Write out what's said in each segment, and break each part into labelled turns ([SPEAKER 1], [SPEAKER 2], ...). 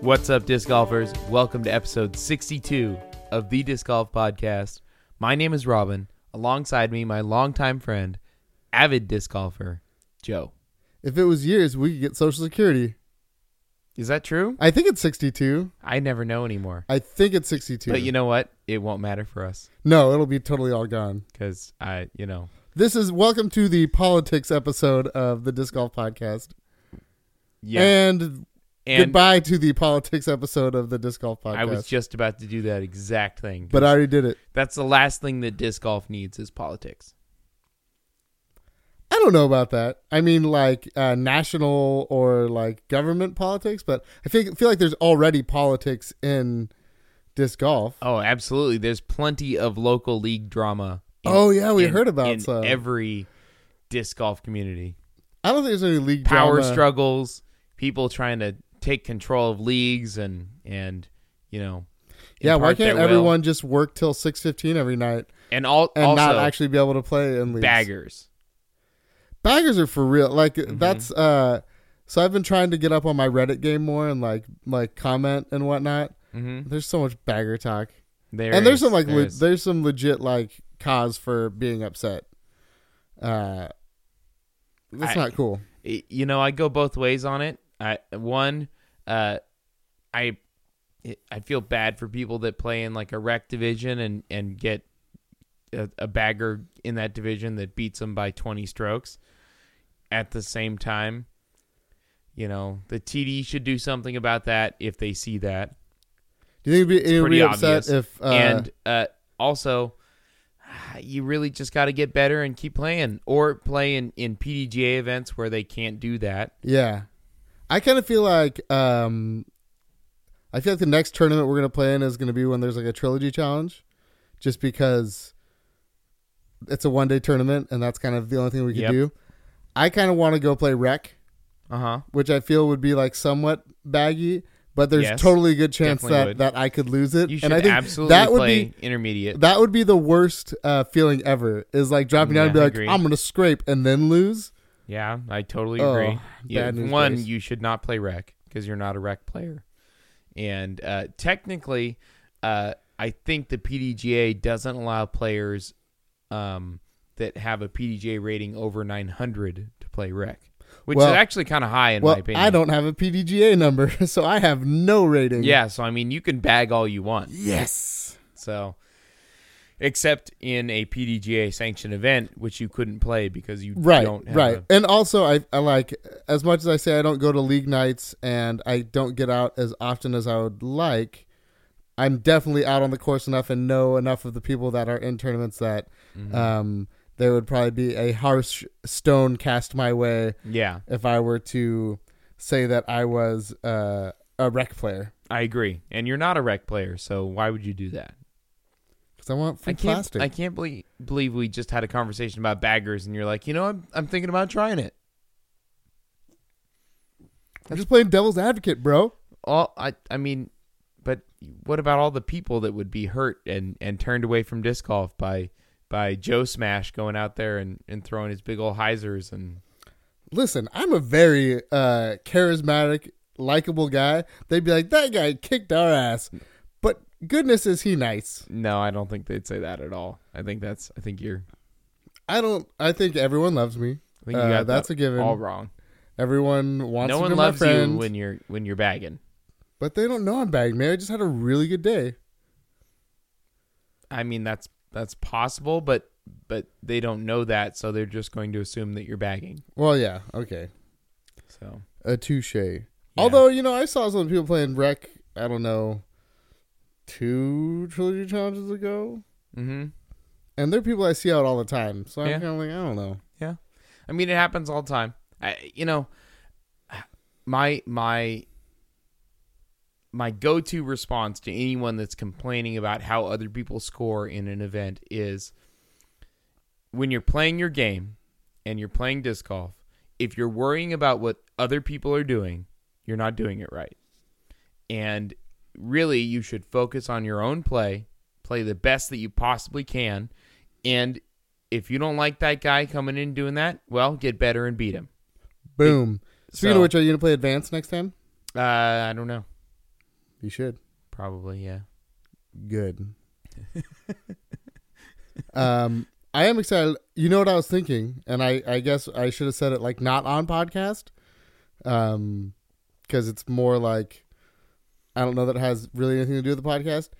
[SPEAKER 1] What's up, disc golfers? Welcome to episode 62 of the Disc Golf Podcast. My name is Robin. Alongside me, my longtime friend, avid disc golfer, Joe.
[SPEAKER 2] If it was years, we could get Social Security.
[SPEAKER 1] Is that true?
[SPEAKER 2] I think it's 62.
[SPEAKER 1] I never know anymore.
[SPEAKER 2] I think it's 62.
[SPEAKER 1] But you know what? It won't matter for us
[SPEAKER 2] no, it'll be totally all gone.
[SPEAKER 1] because I, you know,
[SPEAKER 2] This is welcome to the politics episode of the Disc Golf Podcast.
[SPEAKER 1] yeah.
[SPEAKER 2] And, goodbye to the politics episode of the Disc Golf Podcast.
[SPEAKER 1] I was just about to do that exact thing.
[SPEAKER 2] but I already did it.
[SPEAKER 1] that's the last thing that disc golf needs is politics.
[SPEAKER 2] I don't know about that. I mean, like uh, national or like government politics, but I feel, feel like there's already politics in disc golf.
[SPEAKER 1] Oh, absolutely. There's plenty of local league drama.
[SPEAKER 2] Oh, yeah, we heard about
[SPEAKER 1] in
[SPEAKER 2] some.
[SPEAKER 1] every disc golf community.
[SPEAKER 2] I don't think there's any league
[SPEAKER 1] Power
[SPEAKER 2] drama.
[SPEAKER 1] struggles, people trying to take control of leagues and and you know.
[SPEAKER 2] Yeah, why
[SPEAKER 1] impart their
[SPEAKER 2] can't
[SPEAKER 1] will.
[SPEAKER 2] everyone just work till six fifteen every night
[SPEAKER 1] and all
[SPEAKER 2] and
[SPEAKER 1] also
[SPEAKER 2] not actually be able to play in leagues?
[SPEAKER 1] baggers? Mm-hmm.
[SPEAKER 2] Baggers are for real. Like that's uh. So I've been trying to get up on my Reddit game more and like like comment and whatnot.
[SPEAKER 1] Mm-hmm.
[SPEAKER 2] There's so much bagger talk,
[SPEAKER 1] There
[SPEAKER 2] and there's
[SPEAKER 1] is-
[SPEAKER 2] some like
[SPEAKER 1] there
[SPEAKER 2] le-
[SPEAKER 1] is.
[SPEAKER 2] there's some legit like cause for being upset. Uh, that's
[SPEAKER 1] I-
[SPEAKER 2] not cool.
[SPEAKER 1] it- you know I go both ways on it. I one uh I it- I feel bad for people that play in like a rec division and and get a, a bagger in that division that beats them by 20 strokes. At the same time, you know, the TD should do something about that if they see that.
[SPEAKER 2] Do you think it'd be, it'd
[SPEAKER 1] pretty
[SPEAKER 2] be upset
[SPEAKER 1] obvious.
[SPEAKER 2] if uh,
[SPEAKER 1] and uh also ah, you really just got to get better and keep playing or play in, in PDGA events where they can't do that.
[SPEAKER 2] Yeah. I kind of feel like um I feel like the next tournament we're going to play in is going to be when there's like a trilogy challenge just because it's a one-day tournament and that's kind of the only thing we could
[SPEAKER 1] Yep.
[SPEAKER 2] do. I kind of want to go play rec,
[SPEAKER 1] Uh-huh.
[SPEAKER 2] which I feel would be like somewhat baggy, but there's
[SPEAKER 1] Yes,
[SPEAKER 2] totally a good chance
[SPEAKER 1] definitely
[SPEAKER 2] that
[SPEAKER 1] would.
[SPEAKER 2] that I could lose it.
[SPEAKER 1] You should
[SPEAKER 2] and I think
[SPEAKER 1] absolutely
[SPEAKER 2] that would
[SPEAKER 1] play
[SPEAKER 2] be
[SPEAKER 1] intermediate.
[SPEAKER 2] that would be the worst uh, feeling ever is like dropping down and
[SPEAKER 1] Yeah,
[SPEAKER 2] be
[SPEAKER 1] I
[SPEAKER 2] like
[SPEAKER 1] agree.
[SPEAKER 2] I'm going to scrape and then lose.
[SPEAKER 1] Yeah, I totally
[SPEAKER 2] Oh,
[SPEAKER 1] agree. You-
[SPEAKER 2] bad news
[SPEAKER 1] one,
[SPEAKER 2] bears.
[SPEAKER 1] you should not play rec because you're not a rec player. And uh, technically, uh, I think the PDGA doesn't allow players um, that have a PDGA rating over 900 to play rec, which
[SPEAKER 2] Well-
[SPEAKER 1] is actually kind of high in
[SPEAKER 2] Well,
[SPEAKER 1] my opinion.
[SPEAKER 2] I don't have a PDGA number, so I have no rating.
[SPEAKER 1] Yeah, so I mean, you can bag all you want.
[SPEAKER 2] Yes.
[SPEAKER 1] So, except in a PDGA sanctioned event, which you couldn't play because you
[SPEAKER 2] Right.
[SPEAKER 1] don't have
[SPEAKER 2] Right.
[SPEAKER 1] a-
[SPEAKER 2] And also, I, I like as much as I say I don't go to league nights and I don't get out as often as I would like. I'm definitely out on the course enough and know enough of the people that are in tournaments that
[SPEAKER 1] Mm-hmm.
[SPEAKER 2] um, there would probably be a harsh stone cast my way
[SPEAKER 1] yeah,
[SPEAKER 2] if I were to say that I was uh, a rec player
[SPEAKER 1] I agree. And you're not a rec player, so why would you do that?
[SPEAKER 2] because I want free
[SPEAKER 1] I can't.
[SPEAKER 2] plastic.
[SPEAKER 1] I can't believe, believe we just had a conversation about baggers, and you're like, you know, I'm I'm thinking about trying it.
[SPEAKER 2] I'm just playing devil's advocate, bro.
[SPEAKER 1] All I I mean, but what about all the people that would be hurt and and turned away from disc golf by by Joe Smash going out there and and throwing his big old hyzers and
[SPEAKER 2] listen, I'm a very uh, charismatic, likable guy. They'd be like, that guy kicked our ass, but goodness is he nice.
[SPEAKER 1] No, I don't think they'd say that at all. I think that's I think you're
[SPEAKER 2] I don't. I think everyone loves me.
[SPEAKER 1] I think you
[SPEAKER 2] Uh,
[SPEAKER 1] got
[SPEAKER 2] that's
[SPEAKER 1] that
[SPEAKER 2] a given.
[SPEAKER 1] all wrong.
[SPEAKER 2] Everyone wants
[SPEAKER 1] No
[SPEAKER 2] to
[SPEAKER 1] one
[SPEAKER 2] be
[SPEAKER 1] loves
[SPEAKER 2] my friend,
[SPEAKER 1] you when you're when you're bagging.
[SPEAKER 2] but they don't know I'm bagged, man. I just had a really good day.
[SPEAKER 1] I mean that's that's possible, but but they don't know that, so they're just going to assume that you're bagging.
[SPEAKER 2] Well, yeah, okay,
[SPEAKER 1] So
[SPEAKER 2] a touche. Although you know, I saw some people playing rec. I don't know, two trilogy challenges ago,
[SPEAKER 1] mm-hmm.
[SPEAKER 2] and they're people I see out all the time. So I'm
[SPEAKER 1] Yeah.
[SPEAKER 2] kind of like, I don't know.
[SPEAKER 1] I mean, it happens all the time. I, you know, my my my go-to response to anyone that's complaining about how other people score in an event is when you're playing your game and you're playing disc golf, if you're worrying about what other people are doing, you're not doing it right. And really, you should focus on your own play, play the best that you possibly can, and if you don't like that guy coming in doing that, well, get better and beat him.
[SPEAKER 2] Boom. Speaking
[SPEAKER 1] So-
[SPEAKER 2] of which, are you gonna play advanced next time?
[SPEAKER 1] Uh, I don't know.
[SPEAKER 2] You should.
[SPEAKER 1] Probably, yeah.
[SPEAKER 2] Good. um, I am excited. You know what I was thinking, and I, I guess I should have said it like not on podcast, um, because it's more like I don't know that it has really anything to do with the podcast.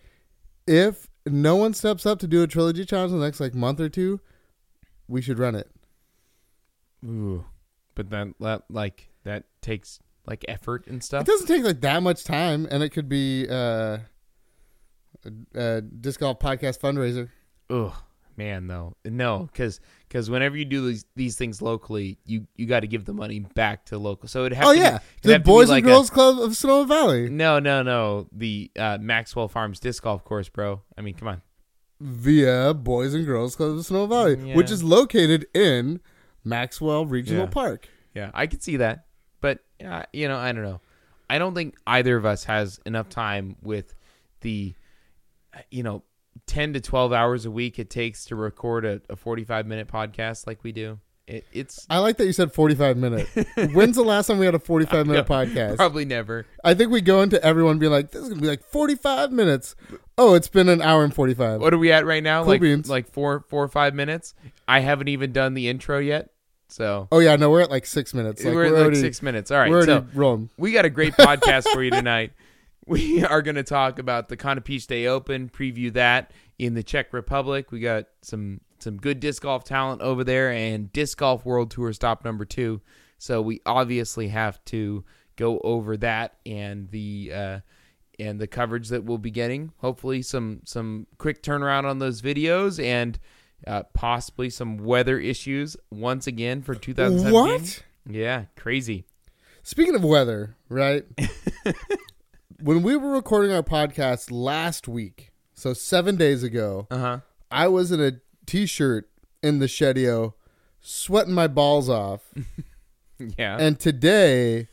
[SPEAKER 2] If no one steps up to do a trilogy challenge in the next like month or two, we should run it.
[SPEAKER 1] Ooh, but then that like that takes like effort and
[SPEAKER 2] It
[SPEAKER 1] stuff.
[SPEAKER 2] doesn't take like that much time, and it could be uh, a, a disc golf podcast fundraiser.
[SPEAKER 1] Ugh, man, though, no, because because whenever you do these these things locally, you you got to give the money back to local. So it have
[SPEAKER 2] Oh
[SPEAKER 1] to
[SPEAKER 2] yeah,
[SPEAKER 1] be, it'd
[SPEAKER 2] the
[SPEAKER 1] have to be
[SPEAKER 2] Boys
[SPEAKER 1] like
[SPEAKER 2] and
[SPEAKER 1] a-
[SPEAKER 2] Girls Club of Sonoma Valley.
[SPEAKER 1] no, no, no. The uh, Maxwell Farms disc golf course, bro. I mean, come on.
[SPEAKER 2] via Boys and Girls Club of Snow Valley,
[SPEAKER 1] Mm, yeah.
[SPEAKER 2] which is located in Maxwell Regional
[SPEAKER 1] Yeah.
[SPEAKER 2] Park.
[SPEAKER 1] Yeah, I could see that, but uh, you know, I don't know. I don't think either of us has enough time with the, uh, you know, ten to twelve hours a week it takes to record a, a forty-five minute podcast like we do. It, it's
[SPEAKER 2] I like that you said 45 minute. When's the last time we had a 45 minute
[SPEAKER 1] know.
[SPEAKER 2] podcast?
[SPEAKER 1] probably never.
[SPEAKER 2] I think we go into everyone being like, this is going to be like 45 minutes. Oh, it's been an hour and 45.
[SPEAKER 1] What are we at right now?
[SPEAKER 2] Cool
[SPEAKER 1] like
[SPEAKER 2] beans.
[SPEAKER 1] like four four or five minutes. I haven't even done the intro yet, so
[SPEAKER 2] Oh, yeah, no, we're at like six minutes. Like,
[SPEAKER 1] we're, at like
[SPEAKER 2] already,
[SPEAKER 1] six minutes. All right,
[SPEAKER 2] we're
[SPEAKER 1] so
[SPEAKER 2] already rolling.
[SPEAKER 1] we got a great podcast for you tonight. We are going to talk about the Conopich Day Open, preview that in the Czech Republic. We got some some good disc golf talent over there and disc golf world tour stop number 2. So we obviously have to go over that and the uh and the coverage that we'll be getting. Hopefully some some quick turnaround on those videos and uh, possibly some weather issues once again for 2017.
[SPEAKER 2] What?
[SPEAKER 1] Yeah, crazy.
[SPEAKER 2] Speaking of weather, right? when we were recording our podcast last week, so seven days ago,
[SPEAKER 1] Uh-huh.
[SPEAKER 2] I was in a t-shirt in the shedio, sweating my balls off.
[SPEAKER 1] Yeah.
[SPEAKER 2] and today,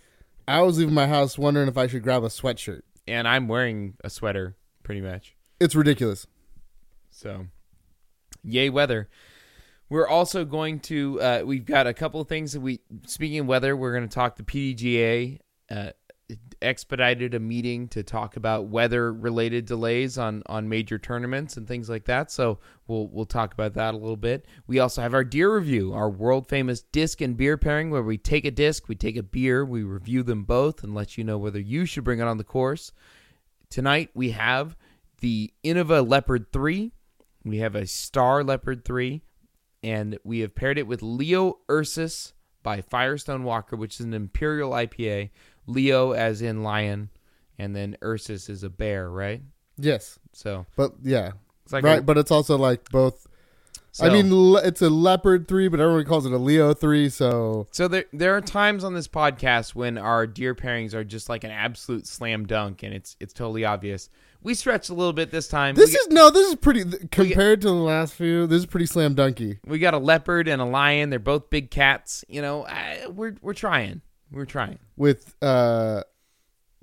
[SPEAKER 2] I was leaving my house wondering if I should grab a sweatshirt.
[SPEAKER 1] and I'm wearing a sweater pretty much.
[SPEAKER 2] It's ridiculous.
[SPEAKER 1] So, yay weather. We're also going to uh, we've got a couple of things that we speaking of weather, we're going to talk the PDGA uh, expedited a meeting to talk about weather related delays on on major tournaments and things like that. So, we'll we'll talk about that a little bit. We also have our deer review, our world famous disc and beer pairing where we take a disc, we take a beer, we review them both and let you know whether you should bring it on the course. Tonight we have the Innova Leopard 3. We have a Star Leopard 3. And we have paired it with Leo Ursus by Firestone Walker, which is an Imperial IPA. Leo as in lion, and then Ursus is a bear, right?
[SPEAKER 2] Yes,
[SPEAKER 1] So
[SPEAKER 2] but yeah,
[SPEAKER 1] it's like
[SPEAKER 2] right. But it's also like both. I
[SPEAKER 1] so-
[SPEAKER 2] mean, le- it's a leopard three, but everyone calls it a Leo three. So
[SPEAKER 1] So there there are times on this podcast when our deer pairings are just like an absolute slam dunk and it's it's totally obvious. We stretched a little bit this time.
[SPEAKER 2] this
[SPEAKER 1] we,
[SPEAKER 2] is no. This is pretty th- compared to the last few. This is pretty slam dunky.
[SPEAKER 1] We got a leopard and a lion. They're both big cats. You know, I, we're we're trying. We're trying.
[SPEAKER 2] with uh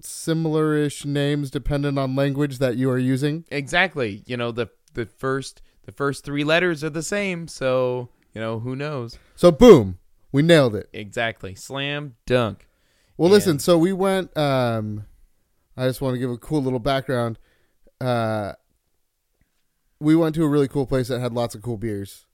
[SPEAKER 2] similar-ish names dependent on language that you are using.
[SPEAKER 1] Exactly. You know, the the first the first three letters are the same. So you know, who knows?
[SPEAKER 2] So boom, we nailed it.
[SPEAKER 1] Exactly. Slam dunk.
[SPEAKER 2] Well,
[SPEAKER 1] Yeah.
[SPEAKER 2] listen. So we went. Um, I just want to give a cool little background. Uh, we went to a really cool place that had lots of cool beers,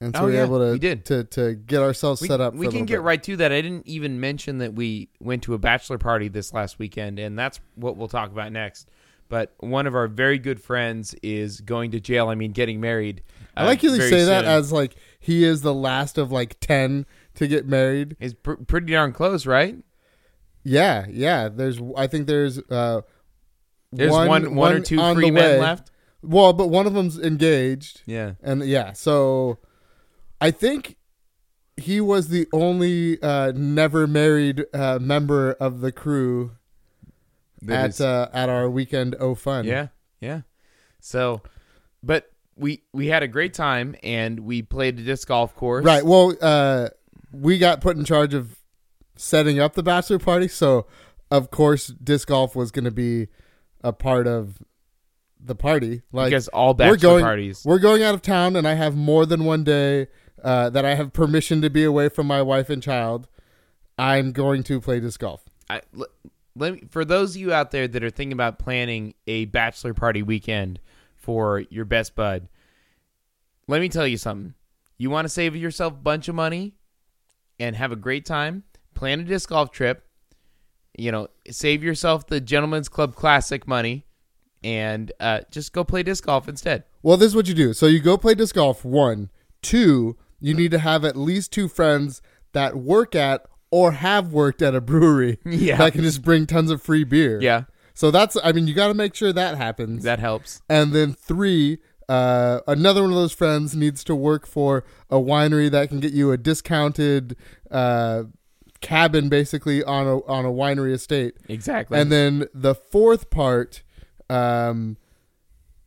[SPEAKER 2] and so
[SPEAKER 1] Oh,
[SPEAKER 2] we were
[SPEAKER 1] yeah,
[SPEAKER 2] able to
[SPEAKER 1] we did.
[SPEAKER 2] to to get ourselves
[SPEAKER 1] We,
[SPEAKER 2] set up.
[SPEAKER 1] we
[SPEAKER 2] for a
[SPEAKER 1] can
[SPEAKER 2] little
[SPEAKER 1] get
[SPEAKER 2] bit.
[SPEAKER 1] right to that. I didn't even mention that we went to a bachelor party this last weekend, and that's what we'll talk about next. But one of our very good friends is going to jail. I mean, getting married.
[SPEAKER 2] I like you
[SPEAKER 1] uh,
[SPEAKER 2] to
[SPEAKER 1] very
[SPEAKER 2] say that
[SPEAKER 1] soon.
[SPEAKER 2] as like he is the last of like ten to get married.
[SPEAKER 1] is pr- pretty darn close, right?
[SPEAKER 2] Yeah, yeah. There's, I think there's, uh,
[SPEAKER 1] There's one, one or two
[SPEAKER 2] on
[SPEAKER 1] free
[SPEAKER 2] the
[SPEAKER 1] men
[SPEAKER 2] way.
[SPEAKER 1] left.
[SPEAKER 2] Well, but one of them's engaged,
[SPEAKER 1] Yeah.
[SPEAKER 2] and yeah. So, I think he was the only uh, never married uh, member of the crew
[SPEAKER 1] That
[SPEAKER 2] at
[SPEAKER 1] is-
[SPEAKER 2] uh, at our weekend. Oh, fun.
[SPEAKER 1] yeah, yeah. So, but we we had a great time and we played a disc golf course.
[SPEAKER 2] Right. Well, uh, we got put in charge of setting up the bachelor party, so of course, disc golf was going to be a part of the party. Like.
[SPEAKER 1] because all bachelor
[SPEAKER 2] we're going
[SPEAKER 1] parties.
[SPEAKER 2] We're going out of town, and I have more than one day uh, that I have permission to be away from my wife and child. I'm going to play disc golf.
[SPEAKER 1] I, l- let me, for those of you out there that are thinking about planning a bachelor party weekend for your best bud, let me tell you something. You want to save yourself a bunch of money and have a great time, plan a disc golf trip, you know, save yourself the Gentlemen's Club Classic money and uh, just go play disc golf instead.
[SPEAKER 2] Well, this is what you do. So you go play disc golf. One, two. You need to have at least two friends that work at or have worked at a brewery
[SPEAKER 1] Yeah.
[SPEAKER 2] that can just bring tons of free beer.
[SPEAKER 1] Yeah,
[SPEAKER 2] So that's. I mean, you got to make sure that happens.
[SPEAKER 1] that helps.
[SPEAKER 2] and then three. Uh, another one of those friends needs to work for a winery that can get you a discounted uh, cabin, basically on a on a winery estate.
[SPEAKER 1] Exactly.
[SPEAKER 2] And then the fourth part, um,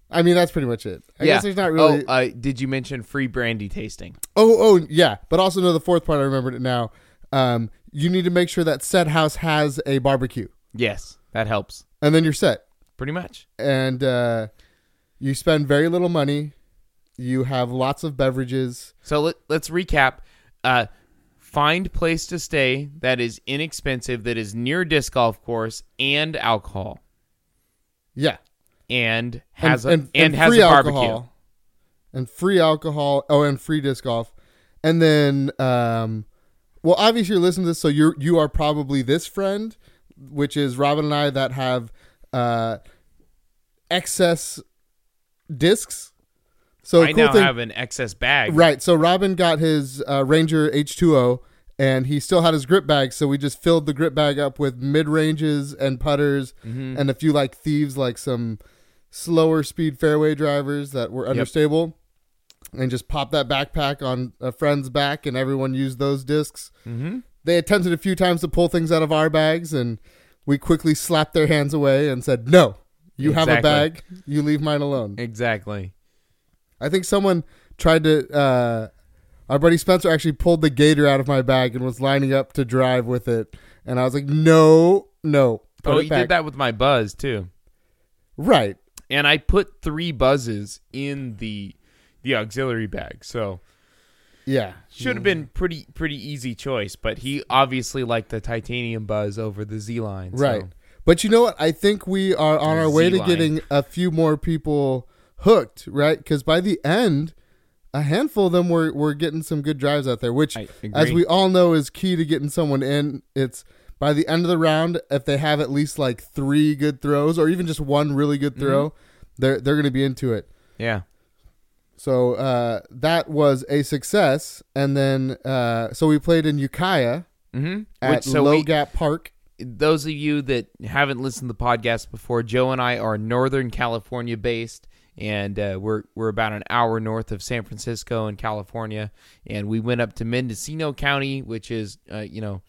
[SPEAKER 2] I mean, that's pretty much it. I guess there's not really.
[SPEAKER 1] Oh, uh, did you mention free brandy tasting?
[SPEAKER 2] oh, oh, yeah. But also, no, the fourth part, I remembered it now. Um, you need to make sure that said house has a barbecue,
[SPEAKER 1] Yes, that helps
[SPEAKER 2] and then you're set.
[SPEAKER 1] pretty much.
[SPEAKER 2] And uh, you spend very little money. You have lots of beverages.
[SPEAKER 1] So let, let's recap. Uh, find place to stay that is inexpensive, that is near disc golf course and alcohol,
[SPEAKER 2] Yeah,
[SPEAKER 1] and has a, and, has
[SPEAKER 2] free
[SPEAKER 1] a barbecue.
[SPEAKER 2] alcohol, and free alcohol. Oh, and free disc golf, and then um, well, obviously you're listening to this, so you're you are probably this friend, which is Robin and I that have uh, excess discs. So
[SPEAKER 1] I
[SPEAKER 2] cool
[SPEAKER 1] now
[SPEAKER 2] thing,
[SPEAKER 1] have an excess bag.
[SPEAKER 2] right? So Robin got his uh, Ranger H2O. And he still had his grip bag, so we just filled the grip bag up with mid ranges and putters
[SPEAKER 1] Mhm.
[SPEAKER 2] and a few like thieves, like some slower speed fairway drivers that were understable, and just pop that backpack on a friend's back, and everyone used those discs.
[SPEAKER 1] Mhm.
[SPEAKER 2] They attempted a few times to pull things out of our bags, and we quickly slapped their hands away and said, "No, you have a
[SPEAKER 1] Exactly.
[SPEAKER 2] bag. You leave mine alone."
[SPEAKER 1] Exactly.
[SPEAKER 2] I think someone tried to. Uh, our buddy Spencer actually pulled the gator out of my bag and was lining up to drive with it, and I was like, "No, no." put
[SPEAKER 1] oh,
[SPEAKER 2] it
[SPEAKER 1] you
[SPEAKER 2] back."
[SPEAKER 1] did that with my buzz too.
[SPEAKER 2] Right.
[SPEAKER 1] and I put three buzzes in the the auxiliary bag. So
[SPEAKER 2] Yeah.
[SPEAKER 1] should have been pretty pretty easy choice, but he obviously liked the titanium buzz over the Z line. so-
[SPEAKER 2] Right. But you know what? I think we are on our way to
[SPEAKER 1] Z-line.
[SPEAKER 2] getting a few more people hooked, right? Because by the end, a handful of them were, were getting some good drives out there, which,
[SPEAKER 1] I agree.
[SPEAKER 2] as we all know, is key to getting someone in. It's by the end of the round, if they have at least like three good throws or even just one really
[SPEAKER 1] Mm-hmm.
[SPEAKER 2] good throw, they're, they're going to be into it.
[SPEAKER 1] yeah.
[SPEAKER 2] So uh, that was a success. And then, uh, so we played in Ukiah
[SPEAKER 1] Mm-hmm.
[SPEAKER 2] at
[SPEAKER 1] Which so
[SPEAKER 2] Low
[SPEAKER 1] we,
[SPEAKER 2] Gap Park.
[SPEAKER 1] those of you that haven't listened to the podcast before, Joe and I are Northern California based, and uh, we're we're about an hour north of San Francisco in California, and we went up to Mendocino County, which is uh, you know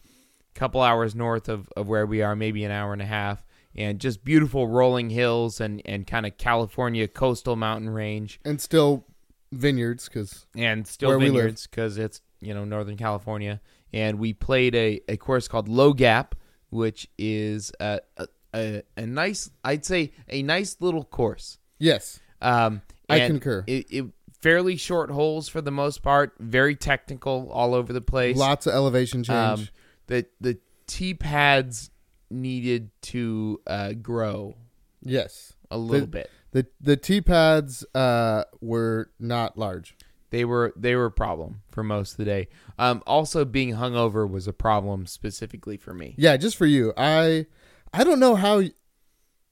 [SPEAKER 1] a couple hours north of, of where we are, maybe an hour and a half, and just beautiful rolling hills and and kind of California coastal mountain range,
[SPEAKER 2] and still vineyards because
[SPEAKER 1] and still
[SPEAKER 2] Where we live.
[SPEAKER 1] vineyards because it's you know Northern California, and we played a, a course called Low Gap, which is a, a, a, a nice I'd say a nice little course.
[SPEAKER 2] yes
[SPEAKER 1] Um,
[SPEAKER 2] I
[SPEAKER 1] and
[SPEAKER 2] concur.
[SPEAKER 1] It, it fairly short holes for the most part, very technical all over the place.
[SPEAKER 2] lots of elevation change
[SPEAKER 1] Um, the the tee pads needed to uh, grow
[SPEAKER 2] yes
[SPEAKER 1] a little
[SPEAKER 2] The-
[SPEAKER 1] bit.
[SPEAKER 2] the the tee pads uh were not large
[SPEAKER 1] They were they were a problem for most of the day. Um, also, being hungover was a problem specifically for me.
[SPEAKER 2] yeah just for you i i don't know how y-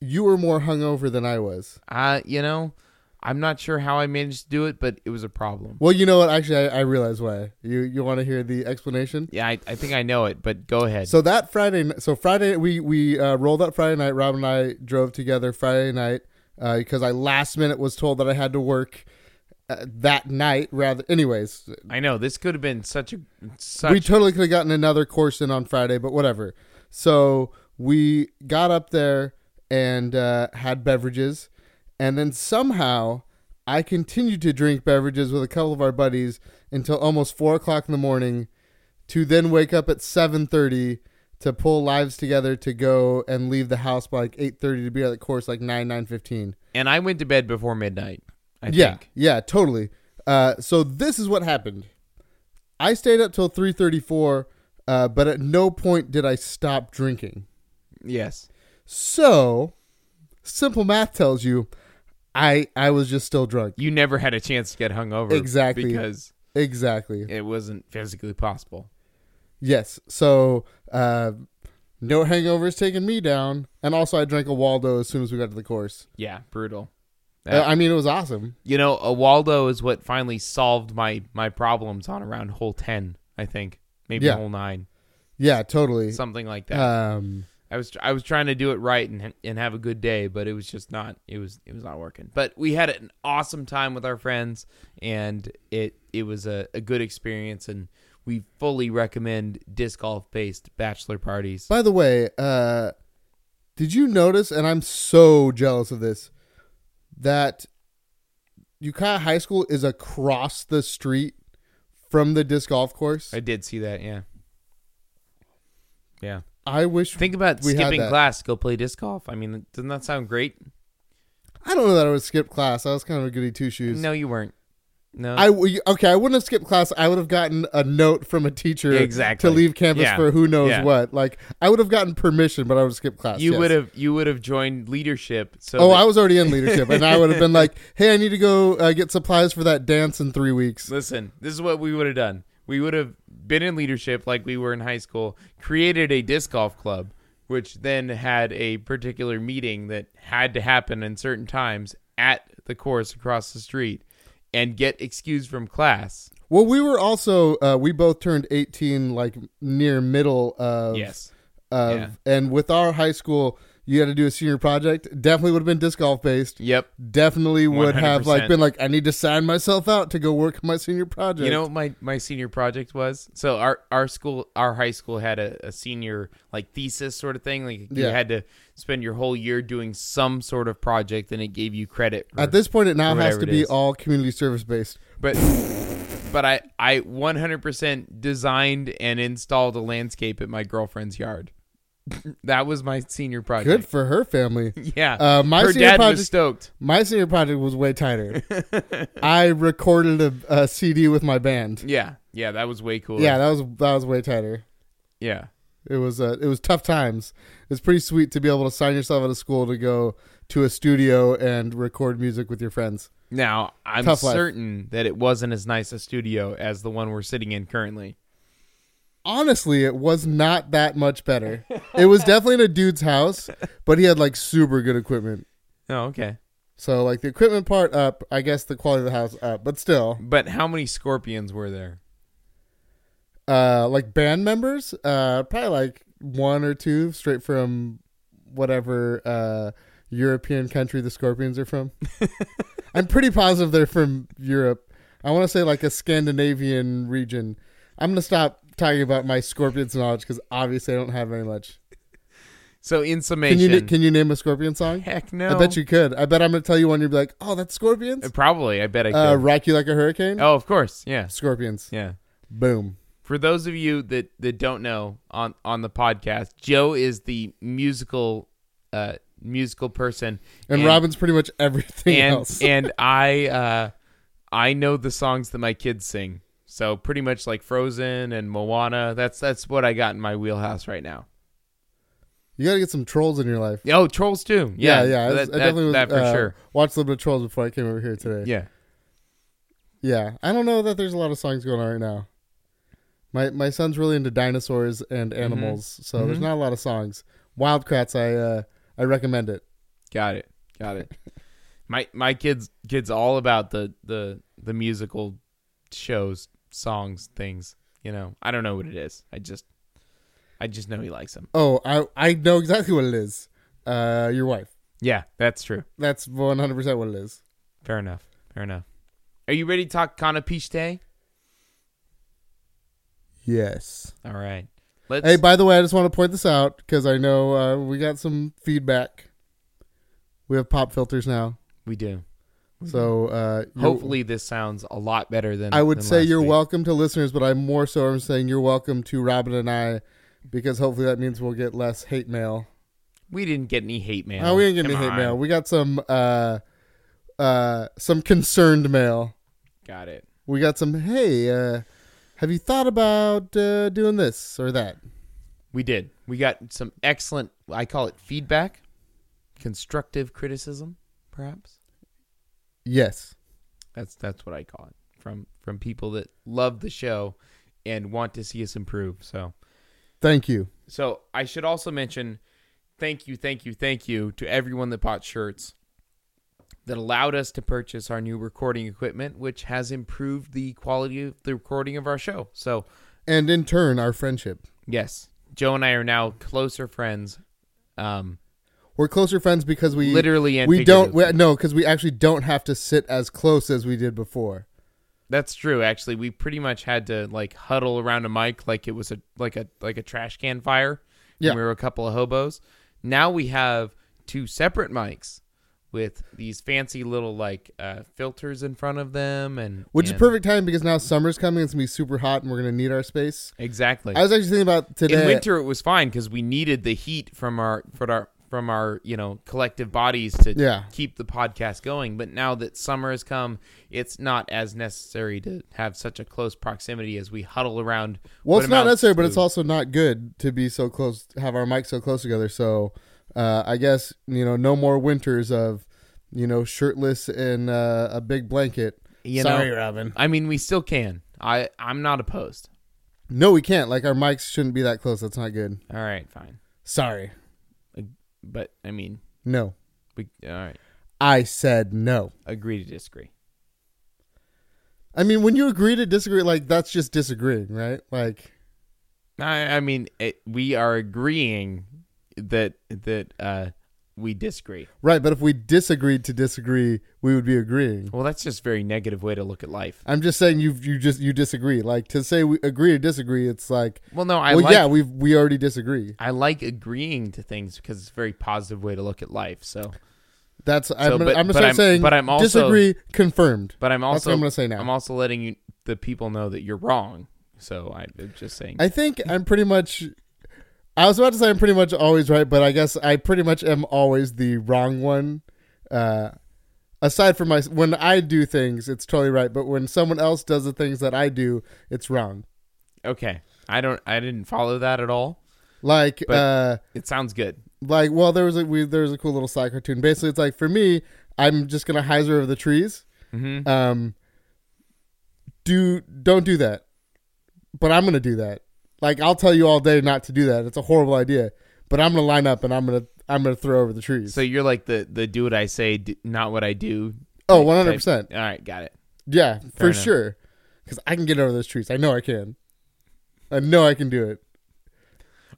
[SPEAKER 2] you were more hungover than i was
[SPEAKER 1] Uh, you know, I'm not sure how I managed to do it, but it was a problem.
[SPEAKER 2] well you know what actually i, I realize why you you want to hear the explanation
[SPEAKER 1] Yeah, I, I think I know it, but go ahead.
[SPEAKER 2] so that friday n- so friday we we uh, rolled up friday night rob and i drove together friday night because i last minute was told that i had to work uh, that night rather anyways
[SPEAKER 1] I know this could have been such a such.
[SPEAKER 2] we totally could have gotten another course in on Friday, but whatever. So we got up there and uh, had beverages, and then somehow I continued to drink beverages with a couple of our buddies until almost four o'clock in the morning, to then wake up at seven thirty to pull lives together to go and leave the house by like eight thirty to be at the course like nine nine fifteen
[SPEAKER 1] and I went to bed before midnight. I
[SPEAKER 2] yeah,
[SPEAKER 1] think.
[SPEAKER 2] yeah, totally. Uh, so this is what happened. I stayed up till three thirty-four, uh, but at no point did I stop drinking.
[SPEAKER 1] Yes.
[SPEAKER 2] So, simple math tells you, I I was just still drunk.
[SPEAKER 1] You never had a chance to get hung over.
[SPEAKER 2] Exactly.
[SPEAKER 1] Because
[SPEAKER 2] Exactly.
[SPEAKER 1] it wasn't physically possible.
[SPEAKER 2] Yes. So, uh, no hangovers taking me down, and also I drank a Waldo as soon as we got to the course.
[SPEAKER 1] Yeah, brutal.
[SPEAKER 2] Uh, I mean, it was awesome.
[SPEAKER 1] You know, a Waldo is what finally solved my my problems on around hole 10, I think. Maybe
[SPEAKER 2] Yeah.
[SPEAKER 1] hole 9,
[SPEAKER 2] Yeah, totally.
[SPEAKER 1] something like that.
[SPEAKER 2] Um,
[SPEAKER 1] I was I was trying to do it right and and have a good day, but it was just not it was it was not working. But we had an awesome time with our friends, and it it was a, a good experience. And we fully recommend disc golf based bachelor parties.
[SPEAKER 2] by the way, uh, did you notice? And I'm so jealous of this that Ukiah High School is across the street from the disc golf course.
[SPEAKER 1] I did see that, yeah, yeah.
[SPEAKER 2] I wish
[SPEAKER 1] Think about
[SPEAKER 2] We had
[SPEAKER 1] skipping
[SPEAKER 2] that.
[SPEAKER 1] class, go play disc golf. I mean, doesn't that sound great?
[SPEAKER 2] I don't know that I would skip class. I was kind of a goody two shoes.
[SPEAKER 1] No, you weren't. No,
[SPEAKER 2] I w- okay. I wouldn't have skipped class. I would have gotten a note from a teacher
[SPEAKER 1] Exactly.
[SPEAKER 2] to leave campus
[SPEAKER 1] Yeah.
[SPEAKER 2] for who knows
[SPEAKER 1] Yeah.
[SPEAKER 2] what. Like I would have gotten permission, but I would have skipped class.
[SPEAKER 1] you
[SPEAKER 2] yes.
[SPEAKER 1] would have you would have joined leadership. So
[SPEAKER 2] Oh,
[SPEAKER 1] that-
[SPEAKER 2] I was already in leadership, and I would have been like, "Hey, I need to go uh, get supplies for that dance in three weeks."
[SPEAKER 1] Listen, this is what we would have done. We would have been in leadership like we were in high school, created a disc golf club, which then had a particular meeting that had to happen in certain times at the course across the street and get excused from class.
[SPEAKER 2] Well, we were also uh, we both turned eighteen, like near middle of
[SPEAKER 1] Yes.
[SPEAKER 2] of,
[SPEAKER 1] yeah.
[SPEAKER 2] and with our high school, you had to do a senior project. Definitely would have been disc golf based.
[SPEAKER 1] Yep.
[SPEAKER 2] Definitely would have like
[SPEAKER 1] 100%.
[SPEAKER 2] been like, "I need to sign myself out to go work my senior project."
[SPEAKER 1] You know what my, my senior project was? So our, our school our high school had a, a senior like thesis sort of thing. Like you
[SPEAKER 2] Yeah.
[SPEAKER 1] had to spend your whole year doing some sort of project and it gave you credit for
[SPEAKER 2] At this point, it now has
[SPEAKER 1] whatever
[SPEAKER 2] to
[SPEAKER 1] it
[SPEAKER 2] be
[SPEAKER 1] is.
[SPEAKER 2] all community service based.
[SPEAKER 1] but but I I 100% designed and installed a landscape at my girlfriend's yard. that was my senior
[SPEAKER 2] Good
[SPEAKER 1] project.
[SPEAKER 2] for her family.
[SPEAKER 1] Yeah,
[SPEAKER 2] Uh, my
[SPEAKER 1] her
[SPEAKER 2] senior
[SPEAKER 1] dad
[SPEAKER 2] project-
[SPEAKER 1] was stoked.
[SPEAKER 2] My senior project was way tighter. I recorded a, a CD with my band.
[SPEAKER 1] Yeah, yeah, that was way cool.
[SPEAKER 2] Yeah, that was that was way tighter.
[SPEAKER 1] yeah,
[SPEAKER 2] It was uh, it was tough times. It's pretty sweet to be able to sign yourself out of school to go to a studio and record music with your friends.
[SPEAKER 1] Now I'm
[SPEAKER 2] Tough life.
[SPEAKER 1] certain that it wasn't as nice a studio as the one we're sitting in currently.
[SPEAKER 2] Honestly, it was not that much better. It was definitely in a dude's house, but he had like super good equipment.
[SPEAKER 1] Oh, okay.
[SPEAKER 2] So like the equipment part up, I guess the quality of the house up, but still.
[SPEAKER 1] But how many scorpions were there?
[SPEAKER 2] uh like band members uh probably like one or two straight from whatever uh european country the scorpions are from i'm pretty positive they're from europe i want to say like a scandinavian region i'm gonna stop talking about my scorpions knowledge because obviously i don't have very much
[SPEAKER 1] So in
[SPEAKER 2] can
[SPEAKER 1] summation,
[SPEAKER 2] you, can you name a scorpion song
[SPEAKER 1] heck no.
[SPEAKER 2] i bet you could i bet i'm gonna tell you one you'd be like oh that's scorpions
[SPEAKER 1] Uh, probably. I bet I could.
[SPEAKER 2] uh rock you like a hurricane
[SPEAKER 1] oh, of course. Yeah.
[SPEAKER 2] scorpions
[SPEAKER 1] Yeah.
[SPEAKER 2] boom
[SPEAKER 1] for those of you that, that don't know on, on the podcast, Joe is the musical uh, musical person,
[SPEAKER 2] and, robin's pretty much everything
[SPEAKER 1] and
[SPEAKER 2] else
[SPEAKER 1] and I uh, I know the songs that my kids sing. So pretty much like Frozen and Moana. That's that's what I got in my wheelhouse right now.
[SPEAKER 2] you gotta get some trolls in your life
[SPEAKER 1] Oh, Trolls too.
[SPEAKER 2] Yeah,
[SPEAKER 1] Yeah,
[SPEAKER 2] yeah. I,
[SPEAKER 1] That,
[SPEAKER 2] was- I
[SPEAKER 1] that-
[SPEAKER 2] definitely was,
[SPEAKER 1] that for
[SPEAKER 2] uh,
[SPEAKER 1] sure.
[SPEAKER 2] Watched a little bit of Trolls before I came over here today.
[SPEAKER 1] Yeah,
[SPEAKER 2] Yeah. I don't know that there's a lot of songs going on right now. My my son's really into dinosaurs and
[SPEAKER 1] Mm-hmm.
[SPEAKER 2] animals, so there's not a lot of songs. Wildcrats, I uh, I recommend it.
[SPEAKER 1] got it, got it. my my kids kids all about the the the musical shows, songs, things. You know, I don't know what it is. I just I just know he likes them.
[SPEAKER 2] Oh, I I know exactly what it is. Uh, your wife.
[SPEAKER 1] Yeah, that's true.
[SPEAKER 2] That's 100 percent what it is.
[SPEAKER 1] Fair enough. Fair enough. Are you ready to talk Kanapishte?
[SPEAKER 2] Yes.
[SPEAKER 1] All right. Let's
[SPEAKER 2] Hey, by the way, I just want to point this out because I know uh, we got some feedback. We have pop filters now,
[SPEAKER 1] we do.
[SPEAKER 2] so uh, you're-
[SPEAKER 1] Hopefully this sounds a lot better than
[SPEAKER 2] I would
[SPEAKER 1] than
[SPEAKER 2] say
[SPEAKER 1] last
[SPEAKER 2] you're
[SPEAKER 1] week.
[SPEAKER 2] welcome to listeners, but I'm more so I'm saying you're welcome to Robin and I because hopefully that means we'll get less hate mail.
[SPEAKER 1] We didn't get any hate mail.
[SPEAKER 2] Oh, we didn't get
[SPEAKER 1] Come
[SPEAKER 2] any hate
[SPEAKER 1] on.
[SPEAKER 2] mail. We got some uh uh some concerned mail.
[SPEAKER 1] Got it.
[SPEAKER 2] We got some hey, uh have you thought about uh, doing this or that?
[SPEAKER 1] We did. We got some excellent I call it feedback, constructive criticism, perhaps.
[SPEAKER 2] Yes.
[SPEAKER 1] That's that's what I call it from from people that love the show and want to see us improve. So
[SPEAKER 2] Thank you.
[SPEAKER 1] so I should also mention thank you, thank you, thank you to everyone that bought shirts that allowed us to purchase our new recording equipment, which has improved the quality of the recording of our show. So
[SPEAKER 2] And in turn, our friendship.
[SPEAKER 1] yes, Joe and I are now closer friends. Um,
[SPEAKER 2] We're closer friends because we
[SPEAKER 1] literally and
[SPEAKER 2] we don't
[SPEAKER 1] figuratively.
[SPEAKER 2] we, no because we actually don't have to sit as close as we did before.
[SPEAKER 1] That's true. Actually, we pretty much had to like huddle around a mic like it was a like a like a trash can fire.
[SPEAKER 2] Yeah.
[SPEAKER 1] and we were a couple of hobos. Now we have two separate mics with these fancy little like uh, filters in front of them, and
[SPEAKER 2] Which
[SPEAKER 1] and-
[SPEAKER 2] is perfect time because now summer's coming. It's gonna be super hot, and we're gonna need our space.
[SPEAKER 1] Exactly.
[SPEAKER 2] I was actually thinking about today.
[SPEAKER 1] in winter, it was fine because we needed the heat from our from our from our you know collective bodies to
[SPEAKER 2] Yeah.
[SPEAKER 1] keep the podcast going. But now that summer has come, it's not as necessary to have such a close proximity as we huddle around.
[SPEAKER 2] Well,
[SPEAKER 1] what
[SPEAKER 2] it's not
[SPEAKER 1] amounts
[SPEAKER 2] necessary, but
[SPEAKER 1] to-
[SPEAKER 2] it's also not good to be so close, have our mics so close together. So, uh, I guess you know, no more winters of you know shirtless in uh, a big blanket.
[SPEAKER 1] You know-
[SPEAKER 2] Robin.
[SPEAKER 1] I mean, we still can. I I'm not opposed.
[SPEAKER 2] No, we can't. Like our mics shouldn't be that close. That's not good.
[SPEAKER 1] All right, fine.
[SPEAKER 2] Sorry.
[SPEAKER 1] But I mean,
[SPEAKER 2] No,
[SPEAKER 1] we all right.
[SPEAKER 2] I said no.
[SPEAKER 1] Agree to disagree.
[SPEAKER 2] I mean, when you agree to disagree, like that's just disagreeing, right? Like,
[SPEAKER 1] I I mean, it, we are agreeing that that uh, we disagree.
[SPEAKER 2] right? But if we disagreed to disagree, we would be agreeing.
[SPEAKER 1] Well, that's just a very negative way to look at life.
[SPEAKER 2] I'm just saying you you just you disagree. Like to say we agree or disagree, it's like
[SPEAKER 1] Well, no, I
[SPEAKER 2] well,
[SPEAKER 1] like
[SPEAKER 2] yeah, we we already disagree.
[SPEAKER 1] I like agreeing to things because it's a very positive way to look at life. So,
[SPEAKER 2] That's I'm, gonna,
[SPEAKER 1] but-
[SPEAKER 2] I'm
[SPEAKER 1] but
[SPEAKER 2] gonna start
[SPEAKER 1] I'm-
[SPEAKER 2] saying.
[SPEAKER 1] but I'm also-
[SPEAKER 2] disagree confirmed.
[SPEAKER 1] but I'm
[SPEAKER 2] That's
[SPEAKER 1] also
[SPEAKER 2] what I'm gonna say now.
[SPEAKER 1] I'm also letting you the people know that you're wrong. So I, I'm just saying.
[SPEAKER 2] I think I'm pretty much. I was about to say I'm pretty much always right, but I guess I pretty much am always the wrong one. Uh, aside from my when I do things, it's totally right, but when someone else does the things that I do, it's wrong.
[SPEAKER 1] okay, I don't I didn't follow that at all.
[SPEAKER 2] Like
[SPEAKER 1] But-
[SPEAKER 2] uh,
[SPEAKER 1] It sounds good.
[SPEAKER 2] like well, there was a we, there was a cool little side cartoon. Basically, it's like for me, I'm just gonna hyzer over the trees.
[SPEAKER 1] hmm
[SPEAKER 2] um do don't do that but i'm gonna do that like i'll tell you all day not to do that it's a horrible idea but i'm gonna line up and i'm gonna i'm gonna throw over the trees
[SPEAKER 1] So you're like the the do what I say, d not what I do.
[SPEAKER 2] oh
[SPEAKER 1] type-
[SPEAKER 2] 100%
[SPEAKER 1] type- All right, got it.
[SPEAKER 2] yeah for
[SPEAKER 1] enough.
[SPEAKER 2] sure because i can get over those trees i know i can i know i can do it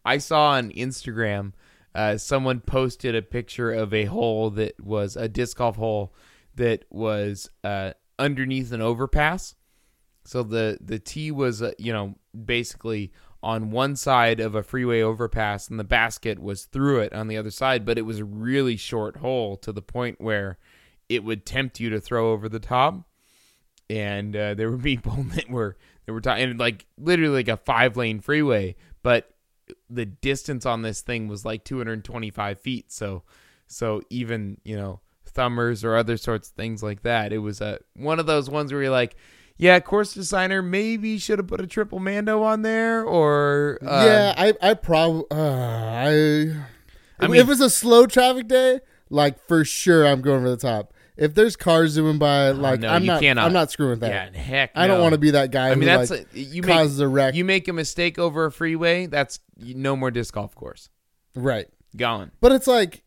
[SPEAKER 1] I saw on Instagram uh, someone posted a picture of a hole that was a disc golf hole that was uh, underneath an overpass. So the the tee was uh, you know basically on one side of a freeway overpass and the basket was through it on the other side, but it was a really short hole to the point where it would tempt you to throw over the top. And uh, there were people that were that were talking like literally like a five lane freeway, but the distance on this thing was like 225 feet. So, so even you know thumbers or other sorts of things like that, it was a one of those ones where you're like, yeah, course designer maybe should have put a triple mando on there or uh,
[SPEAKER 2] yeah i i probably uh, i
[SPEAKER 1] I
[SPEAKER 2] if-
[SPEAKER 1] mean-
[SPEAKER 2] if it's a slow traffic day like for sure i'm going over the top if there's cars zooming by like
[SPEAKER 1] Oh, no,
[SPEAKER 2] i'm
[SPEAKER 1] you
[SPEAKER 2] not
[SPEAKER 1] cannot.
[SPEAKER 2] i'm not screwing with that
[SPEAKER 1] yeah, heck,
[SPEAKER 2] I don't
[SPEAKER 1] no.
[SPEAKER 2] want to be that guy.
[SPEAKER 1] I mean,
[SPEAKER 2] who,
[SPEAKER 1] that's
[SPEAKER 2] like,
[SPEAKER 1] a, you make
[SPEAKER 2] causes a wreck.
[SPEAKER 1] you make a mistake over a freeway. That's no more disc golf course.
[SPEAKER 2] right.
[SPEAKER 1] Gone.
[SPEAKER 2] But it's like,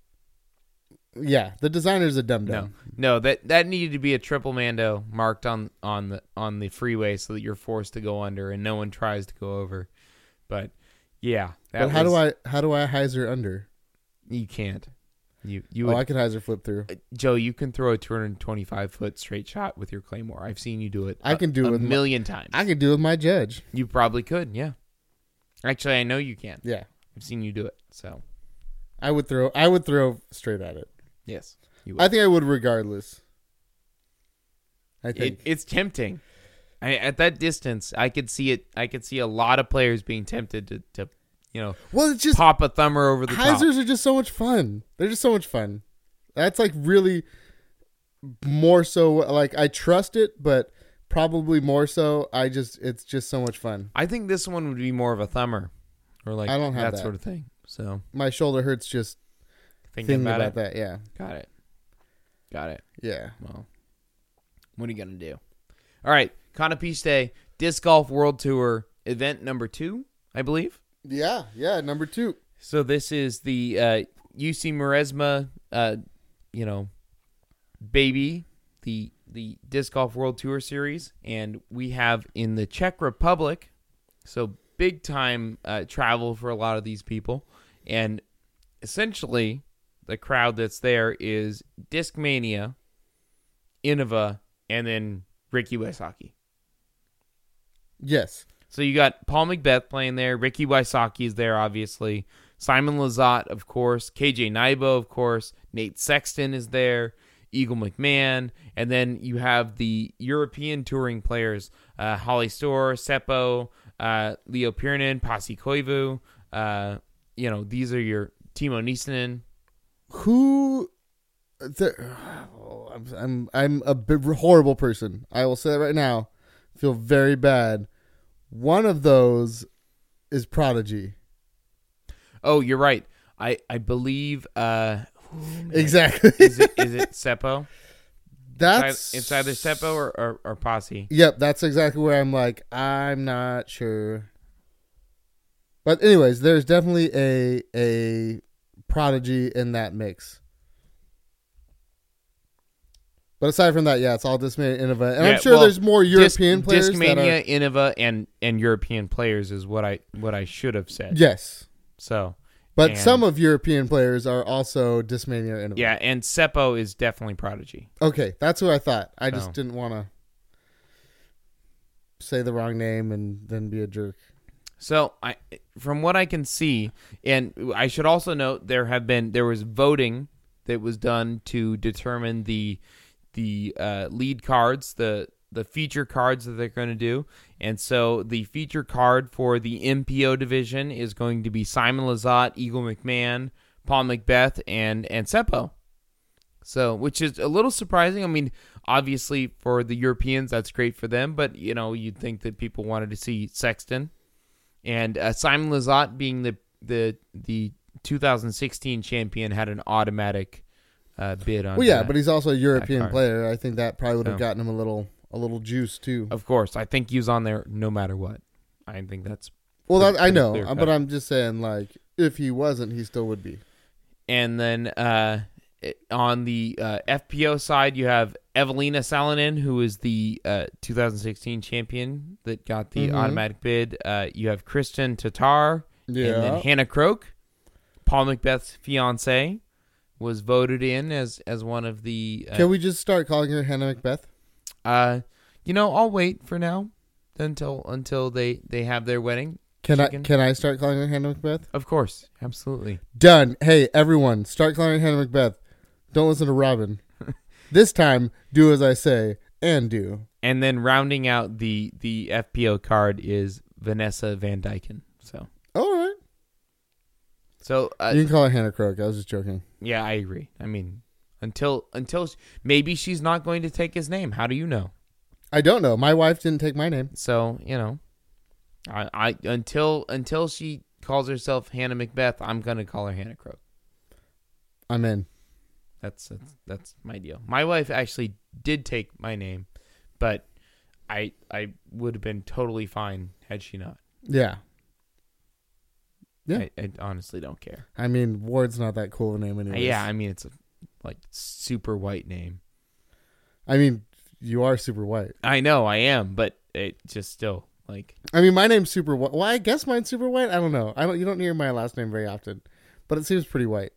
[SPEAKER 2] yeah, the designer's a dumb
[SPEAKER 1] No,
[SPEAKER 2] dumb.
[SPEAKER 1] no that that needed to be a triple mando marked on on the on the freeway so that you're forced to go under and no one tries to go over. But yeah, that
[SPEAKER 2] but how
[SPEAKER 1] was-
[SPEAKER 2] do I how do I hyzer under?
[SPEAKER 1] You can't. You you
[SPEAKER 2] Oh,
[SPEAKER 1] would,
[SPEAKER 2] I could hyzer flip through.
[SPEAKER 1] Joe. You can throw a 225 foot straight shot with your claymore. I've seen you do it.
[SPEAKER 2] I
[SPEAKER 1] a-
[SPEAKER 2] can do it
[SPEAKER 1] a
[SPEAKER 2] with my-
[SPEAKER 1] million times.
[SPEAKER 2] I could do it with my judge.
[SPEAKER 1] you probably could. Yeah. Actually, I know you can.
[SPEAKER 2] Yeah,
[SPEAKER 1] I've seen you do it. So
[SPEAKER 2] I would throw. I would throw straight at it.
[SPEAKER 1] yes, you
[SPEAKER 2] I think I would regardless. I think
[SPEAKER 1] it, it's tempting. I, at that distance, I could see it. I could see a lot of players being tempted to, to you know,
[SPEAKER 2] well, it's just
[SPEAKER 1] pop a thumber over the top.
[SPEAKER 2] Heisers are just so much fun. They're just so much fun. That's like really more so like I trust it, but probably more so I just it's just so much fun.
[SPEAKER 1] I think this one would be more of a thumber, or like
[SPEAKER 2] I don't have that.
[SPEAKER 1] sort of thing. So
[SPEAKER 2] my shoulder hurts just
[SPEAKER 1] thinking,
[SPEAKER 2] thinking
[SPEAKER 1] about,
[SPEAKER 2] about,
[SPEAKER 1] it.
[SPEAKER 2] that. Yeah,
[SPEAKER 1] Got it. Got it.
[SPEAKER 2] yeah.
[SPEAKER 1] Well, what are you gonna do? All right, Conapiste Disc Golf World Tour event number two, I believe.
[SPEAKER 2] Yeah, yeah, number two.
[SPEAKER 1] So this is the uh, UC Maresma, uh, you know, baby, the the disc golf world tour series, and we have in the Czech Republic. So big time uh, travel for a lot of these people, and essentially the crowd that's there is Discmania, Innova, and then Ricky Wysocki.
[SPEAKER 2] Yes.
[SPEAKER 1] So you got Paul Macbeth playing there. Ricky Wysocki is there, obviously. Simon Lazat, of course. KJ Naibo, of course. Nate Sexton is there. Eagle McMahon. And then you have the European touring players uh, Holly Store, Seppo, uh, Leo Pirinen, Pasi Koivu. Uh, you know, these are your Timo Niskanen.
[SPEAKER 2] Who? The, oh, I'm I'm I'm a bit horrible person. I will say that right now. Feel very bad. One of those is Prodigy.
[SPEAKER 1] Oh, you're right. I, I believe. Uh, who am I-
[SPEAKER 2] Exactly.
[SPEAKER 1] is it, is it Seppo?
[SPEAKER 2] That's
[SPEAKER 1] it's either Seppo or, or, or Posse.
[SPEAKER 2] Yep, that's exactly where I'm like, I'm not sure. But anyways, there's definitely a a prodigy in that mix. But aside from that, yeah, it's all Discmania and Innova. And
[SPEAKER 1] Yeah,
[SPEAKER 2] I'm sure
[SPEAKER 1] well,
[SPEAKER 2] there's more European
[SPEAKER 1] Disc-
[SPEAKER 2] players. that are-
[SPEAKER 1] Discmania, Innova, and and European players is what I what I should have said.
[SPEAKER 2] yes.
[SPEAKER 1] So
[SPEAKER 2] But
[SPEAKER 1] And-
[SPEAKER 2] some of European players are also Discmania and Innova.
[SPEAKER 1] yeah, and Seppo is definitely Prodigy.
[SPEAKER 2] Okay, that's who I thought. I
[SPEAKER 1] So.
[SPEAKER 2] just didn't want to say the wrong name and then be a jerk.
[SPEAKER 1] So I, from what I can see, and I should also note there have been there was voting that was done to determine the the uh, lead cards, the the feature cards that they're going to do, and so the feature card for the MPO division is going to be Simon Lazat, Eagle McMahon, Paul Macbeth, and and Seppo. So, which is a little surprising. I mean, obviously for the Europeans, that's great for them, but you know, you'd think that people wanted to see Sexton and uh, Simon Lazat being the the the 2016 champion had an automatic uh, bid on.
[SPEAKER 2] Well, yeah,
[SPEAKER 1] that.
[SPEAKER 2] but he's also a European
[SPEAKER 1] card.
[SPEAKER 2] player. I think that probably would have
[SPEAKER 1] So.
[SPEAKER 2] gotten him a little a little juice too.
[SPEAKER 1] of course, I think he was on there no matter what. I think that's
[SPEAKER 2] Well, that, I
[SPEAKER 1] pretty
[SPEAKER 2] know,
[SPEAKER 1] clear
[SPEAKER 2] uh,
[SPEAKER 1] cut.
[SPEAKER 2] but I'm just saying, like, if he wasn't, he still would be.
[SPEAKER 1] and then uh, it- on the uh, FPO side, you have Evelina Salonen, who is the uh, 2016 champion that got the
[SPEAKER 2] Mhm.
[SPEAKER 1] automatic bid. Uh, you have Kristen Tatar, and then
[SPEAKER 2] Yeah,
[SPEAKER 1] Hannah Croak, Paul Macbeth's fiance, was voted in as as one of the. Uh,
[SPEAKER 2] can we just start calling her Hannah Macbeth?
[SPEAKER 1] uh, you know, I'll wait for now until until they they have their wedding.
[SPEAKER 2] Can I
[SPEAKER 1] Chicken.
[SPEAKER 2] can I start calling her Hannah Macbeth?
[SPEAKER 1] Of course, absolutely.
[SPEAKER 2] Done. Hey, everyone, start calling her Hannah Macbeth. Don't listen to Robin. this time, do as I say and do.
[SPEAKER 1] And then rounding out the the FPO card is Vanessa Van Dyken. So
[SPEAKER 2] All right,
[SPEAKER 1] so uh,
[SPEAKER 2] you can call her Hannah Croak. I was just joking.
[SPEAKER 1] yeah, I agree. I mean, until until s- maybe she's not going to take his name. How do you know?
[SPEAKER 2] I don't know. My wife didn't take my name.
[SPEAKER 1] So you know, I I until until she calls herself Hannah Macbeth, I'm gonna call her Hannah Croak.
[SPEAKER 2] I'm in.
[SPEAKER 1] That's that's, that's my deal. My wife actually did take my name, but I I would have been totally fine had she not.
[SPEAKER 2] Yeah. Yeah.
[SPEAKER 1] I, I honestly don't care.
[SPEAKER 2] I mean, Ward's not that cool of a name anyway.
[SPEAKER 1] Yeah, I mean it's a like super white name.
[SPEAKER 2] I mean, you are super white.
[SPEAKER 1] I know I am, but it just still like
[SPEAKER 2] I mean, my name's super white. Well, I guess mine's super white. I don't know. I don't. You don't hear my last name very often, but it seems pretty white.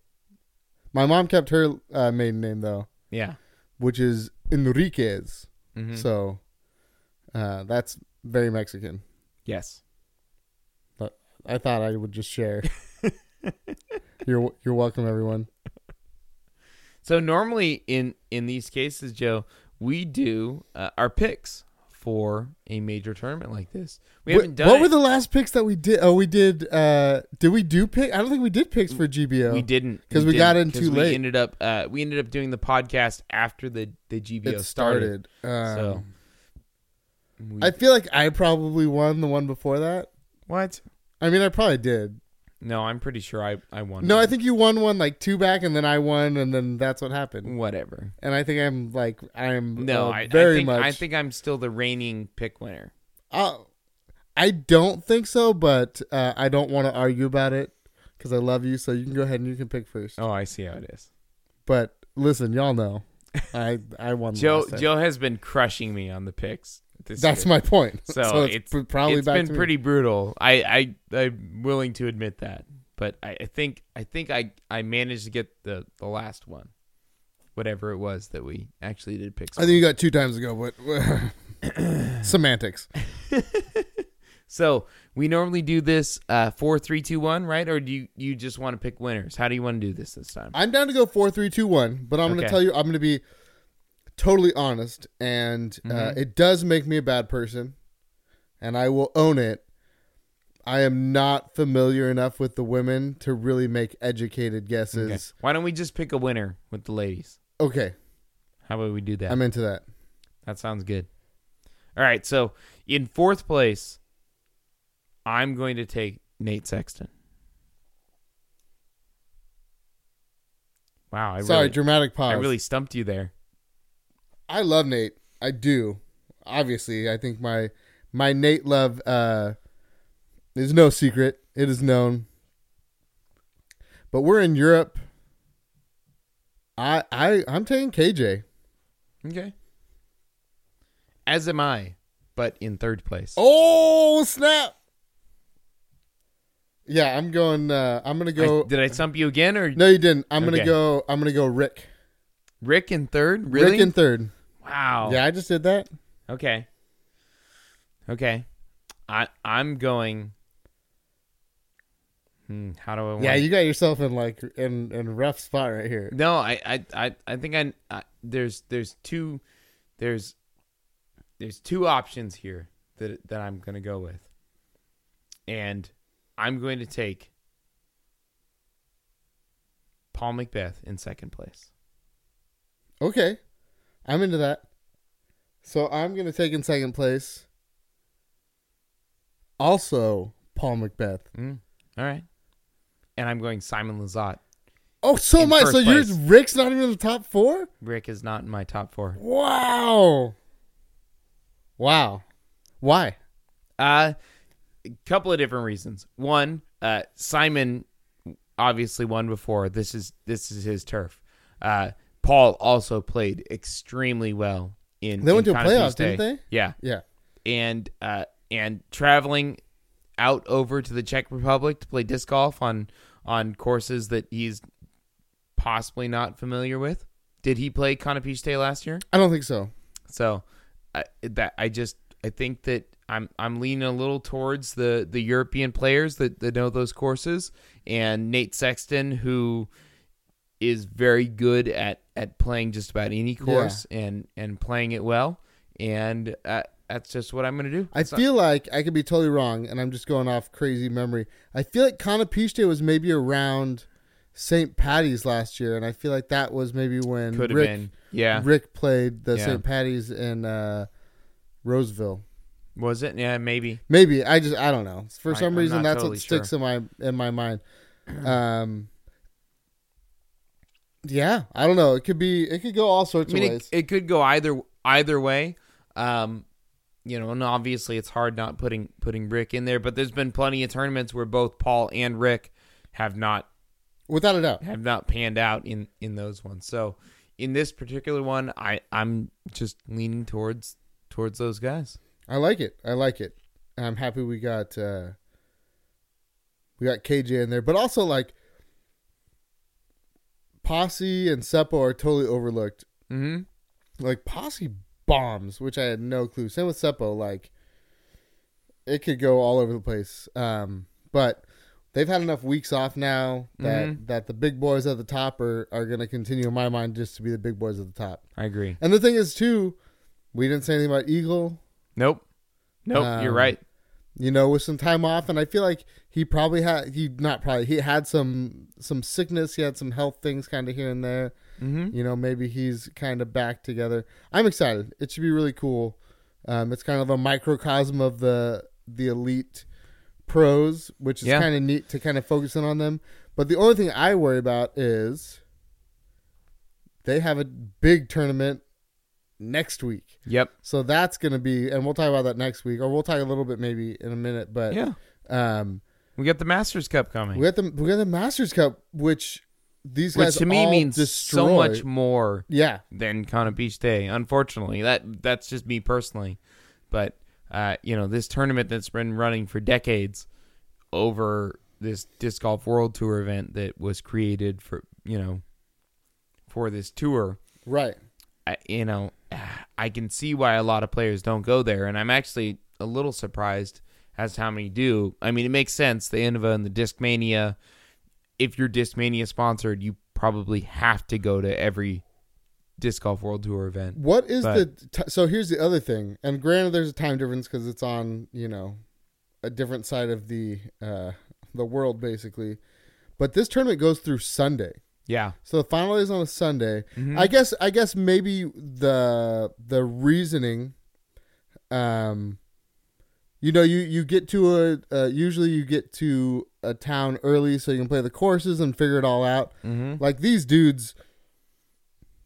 [SPEAKER 2] My mom kept her uh, maiden name though,
[SPEAKER 1] yeah.
[SPEAKER 2] which is Enriquez.
[SPEAKER 1] Mhm.
[SPEAKER 2] So uh, that's very Mexican.
[SPEAKER 1] yes.
[SPEAKER 2] I thought I would just share. you're you're welcome, everyone.
[SPEAKER 1] So normally in in these cases, Joe, we do uh, our picks for a major tournament like this. We
[SPEAKER 2] Wh-
[SPEAKER 1] haven't done
[SPEAKER 2] what
[SPEAKER 1] it.
[SPEAKER 2] were the last picks that we did? Oh, we did. Uh, did we do pick? I don't think we did picks for GBO.
[SPEAKER 1] We didn't
[SPEAKER 2] 'Cause we got
[SPEAKER 1] didn't,
[SPEAKER 2] in
[SPEAKER 1] 'cause
[SPEAKER 2] too late.
[SPEAKER 1] We ended up uh, we ended up doing the podcast after the the GBO
[SPEAKER 2] It
[SPEAKER 1] started.
[SPEAKER 2] started. Um,
[SPEAKER 1] so we,
[SPEAKER 2] I feel like I probably won the one before that.
[SPEAKER 1] what?
[SPEAKER 2] I mean, I probably did.
[SPEAKER 1] No, I'm pretty sure I I won.
[SPEAKER 2] No, I think you won one like two back, and then I won, and then that's what happened.
[SPEAKER 1] whatever.
[SPEAKER 2] And I think I'm like I'm
[SPEAKER 1] No,
[SPEAKER 2] uh,
[SPEAKER 1] I I
[SPEAKER 2] very
[SPEAKER 1] think,
[SPEAKER 2] much.
[SPEAKER 1] I think I'm still the reigning pick winner.
[SPEAKER 2] Uh, I don't think so, but uh, I don't want to argue about it because I love you. So you can go ahead and you can pick first.
[SPEAKER 1] Oh, I see how it is.
[SPEAKER 2] But listen, y'all know, I I won.
[SPEAKER 1] Joe
[SPEAKER 2] last time.
[SPEAKER 1] Joe has been crushing me on the picks. This
[SPEAKER 2] That's
[SPEAKER 1] year.
[SPEAKER 2] my point.
[SPEAKER 1] So it's-
[SPEAKER 2] pr- probably
[SPEAKER 1] It's
[SPEAKER 2] back
[SPEAKER 1] been
[SPEAKER 2] to me.
[SPEAKER 1] pretty brutal. I I I'm willing to admit that, but I, I think I think I I managed to get the the last one, whatever it was that we actually did pick.
[SPEAKER 2] I think you got two times ago, but semantics.
[SPEAKER 1] So we normally do this uh, four, three, two, one, right? Or do you you just want to pick winners? How do you want to do this this time?
[SPEAKER 2] I'm down to go four, three, two, one. But I'm going
[SPEAKER 1] Okay.
[SPEAKER 2] to tell you, I'm going to be totally honest, and uh,
[SPEAKER 1] Mhm.
[SPEAKER 2] it does make me a bad person, and I will own it. I am not familiar enough with the women to really make educated
[SPEAKER 1] Okay.
[SPEAKER 2] guesses.
[SPEAKER 1] Why don't we just pick a winner with the ladies?
[SPEAKER 2] Okay,
[SPEAKER 1] How about we do that?
[SPEAKER 2] I'm into that.
[SPEAKER 1] that sounds good. All right. So in fourth place, I'm going to take Nate Sexton. Wow, I
[SPEAKER 2] Sorry,
[SPEAKER 1] really,
[SPEAKER 2] dramatic pause.
[SPEAKER 1] I
[SPEAKER 2] I,
[SPEAKER 1] really stumped you there.
[SPEAKER 2] love Nate. I do. Obviously, I think my my Nate love uh, is no secret. It is known. But we're in Europe. I I I'm taking KJ.
[SPEAKER 1] Okay. As am I, but in third place.
[SPEAKER 2] Oh snap! Yeah, I'm going. Uh, I'm gonna
[SPEAKER 1] I-
[SPEAKER 2] go.
[SPEAKER 1] did I stump you again or
[SPEAKER 2] no, you didn't. I'm gonna
[SPEAKER 1] Okay.
[SPEAKER 2] go. I'm gonna go. Rick.
[SPEAKER 1] Rick in third? Really? Oh.
[SPEAKER 2] Rick in third.
[SPEAKER 1] wow.
[SPEAKER 2] Yeah, I just did that.
[SPEAKER 1] Okay. Okay. I I'm going. Hmm, how do I? Want
[SPEAKER 2] Yeah, you got yourself in like in in a rough spot right here.
[SPEAKER 1] No, I I I, I think I, I there's there's two there's there's two options here that that I'm gonna go with, and I'm going to take Paul Macbeth in second place.
[SPEAKER 2] Okay. I'm into that. So I'm going to take in second place also Paul Macbeth.
[SPEAKER 1] Mm, all right, and I'm going Simon Lazat.
[SPEAKER 2] Oh, so
[SPEAKER 1] In
[SPEAKER 2] much.
[SPEAKER 1] first
[SPEAKER 2] So yours,
[SPEAKER 1] place.
[SPEAKER 2] Rick's not even in the top four?
[SPEAKER 1] Rick is not in my top four.
[SPEAKER 2] Wow. Wow. Why?
[SPEAKER 1] Uh, a couple of different reasons. One, uh, Simon obviously won before. This is this is his turf. Uh, Paul also played extremely well in.
[SPEAKER 2] They went
[SPEAKER 1] in
[SPEAKER 2] to a
[SPEAKER 1] County
[SPEAKER 2] playoff,
[SPEAKER 1] Tuesday.
[SPEAKER 2] didn't
[SPEAKER 1] Yeah,
[SPEAKER 2] Yeah.
[SPEAKER 1] and uh, and traveling out over to the Czech Republic to play disc golf on on courses that he's possibly not familiar with. Did he play Konopiste last year?
[SPEAKER 2] I don't think so.
[SPEAKER 1] So I, that I just I think that I'm I'm leaning a little towards the the European players that, that know those courses and Nate Sexton who is very good at at playing just about any course and and playing it well and uh, that's just what I'm gonna do.
[SPEAKER 2] I
[SPEAKER 1] It's not-
[SPEAKER 2] feel like I could be totally wrong, and I'm just going off crazy memory. I feel like Conopiste was maybe around St. Patty's last year, and I feel like that was maybe when
[SPEAKER 1] could have
[SPEAKER 2] Rick
[SPEAKER 1] been yeah
[SPEAKER 2] Rick played the
[SPEAKER 1] Yeah.
[SPEAKER 2] St. Patty's in uh, Roseville.
[SPEAKER 1] was it yeah maybe
[SPEAKER 2] Maybe I just I don't know. For
[SPEAKER 1] I-
[SPEAKER 2] some
[SPEAKER 1] I'm
[SPEAKER 2] reason,
[SPEAKER 1] not
[SPEAKER 2] that's
[SPEAKER 1] totally
[SPEAKER 2] what sticks in my in my mind. Um, yeah, I don't know. It could be. It could go all
[SPEAKER 1] I
[SPEAKER 2] sorts
[SPEAKER 1] mean,
[SPEAKER 2] of
[SPEAKER 1] it,
[SPEAKER 2] ways.
[SPEAKER 1] it could go either either way. Um, you know, and obviously it's hard not putting putting Rick in there, but there's been plenty of tournaments where both Paul and Rick have not
[SPEAKER 2] Without a doubt,
[SPEAKER 1] have not panned out in in those ones. So in this particular one, I I'm just leaning towards towards those guys.
[SPEAKER 2] I like it. I like it. I'm happy we got uh, we got KJ in there, but also like Posse and Seppo are totally overlooked.
[SPEAKER 1] Mm-hmm.
[SPEAKER 2] like posse bombs, which I had no clue. Same with Seppo, like it could go all over the place. Um, but they've had enough weeks off now that
[SPEAKER 1] Mhm.
[SPEAKER 2] that the big boys at the top are are going to continue in my mind just to be the big boys at the top.
[SPEAKER 1] I agree.
[SPEAKER 2] And the thing is too, we didn't say anything about Eagle.
[SPEAKER 1] Nope. Nope. you're
[SPEAKER 2] Um,
[SPEAKER 1] right.
[SPEAKER 2] You know, with some time off, and I feel like he probably had he not probably he had some some sickness. He had some health things kind of here and there
[SPEAKER 1] Mm-hmm.
[SPEAKER 2] you know maybe he's kind of back together i'm excited it should be really cool um, it's kind of a microcosm of the the elite pros, which is
[SPEAKER 1] Yeah.
[SPEAKER 2] kind of neat to kind of focus in on them. But the only thing I worry about is they have a big tournament next week.
[SPEAKER 1] Yep.
[SPEAKER 2] So that's going to be, and we'll talk about that next week, or we'll talk a little bit maybe in a minute. But
[SPEAKER 1] Yeah.
[SPEAKER 2] um,
[SPEAKER 1] We got the Masters Cup coming,
[SPEAKER 2] we got the we got the Masters Cup, which these
[SPEAKER 1] which
[SPEAKER 2] guys
[SPEAKER 1] to me
[SPEAKER 2] all
[SPEAKER 1] means
[SPEAKER 2] destroy.
[SPEAKER 1] so much more
[SPEAKER 2] Yeah,
[SPEAKER 1] than Kana Beach Day. Unfortunately, that that's just me personally, but uh, you know this tournament that's been running for decades over this disc golf world tour event that was created for you know for this tour.
[SPEAKER 2] right.
[SPEAKER 1] I, you know, I can see why a lot of players don't go there, and I'm actually a little surprised as to how many do. I mean, it makes sense. The Innova and the Discmania. If you're Discmania sponsored, you probably have to go to every disc golf world tour event.
[SPEAKER 2] What is
[SPEAKER 1] But-
[SPEAKER 2] the t- so? Here's the other thing, and granted, there's a time difference because it's on you know a different side of the uh, the world basically, but this tournament goes through Sunday,
[SPEAKER 1] Yeah,
[SPEAKER 2] so the final is on a Sunday. I guess I guess maybe the the reasoning, um, you know, you you get to a uh, usually you get to a town early so you can play the courses and figure it all out.
[SPEAKER 1] mm-hmm.
[SPEAKER 2] Like these dudes,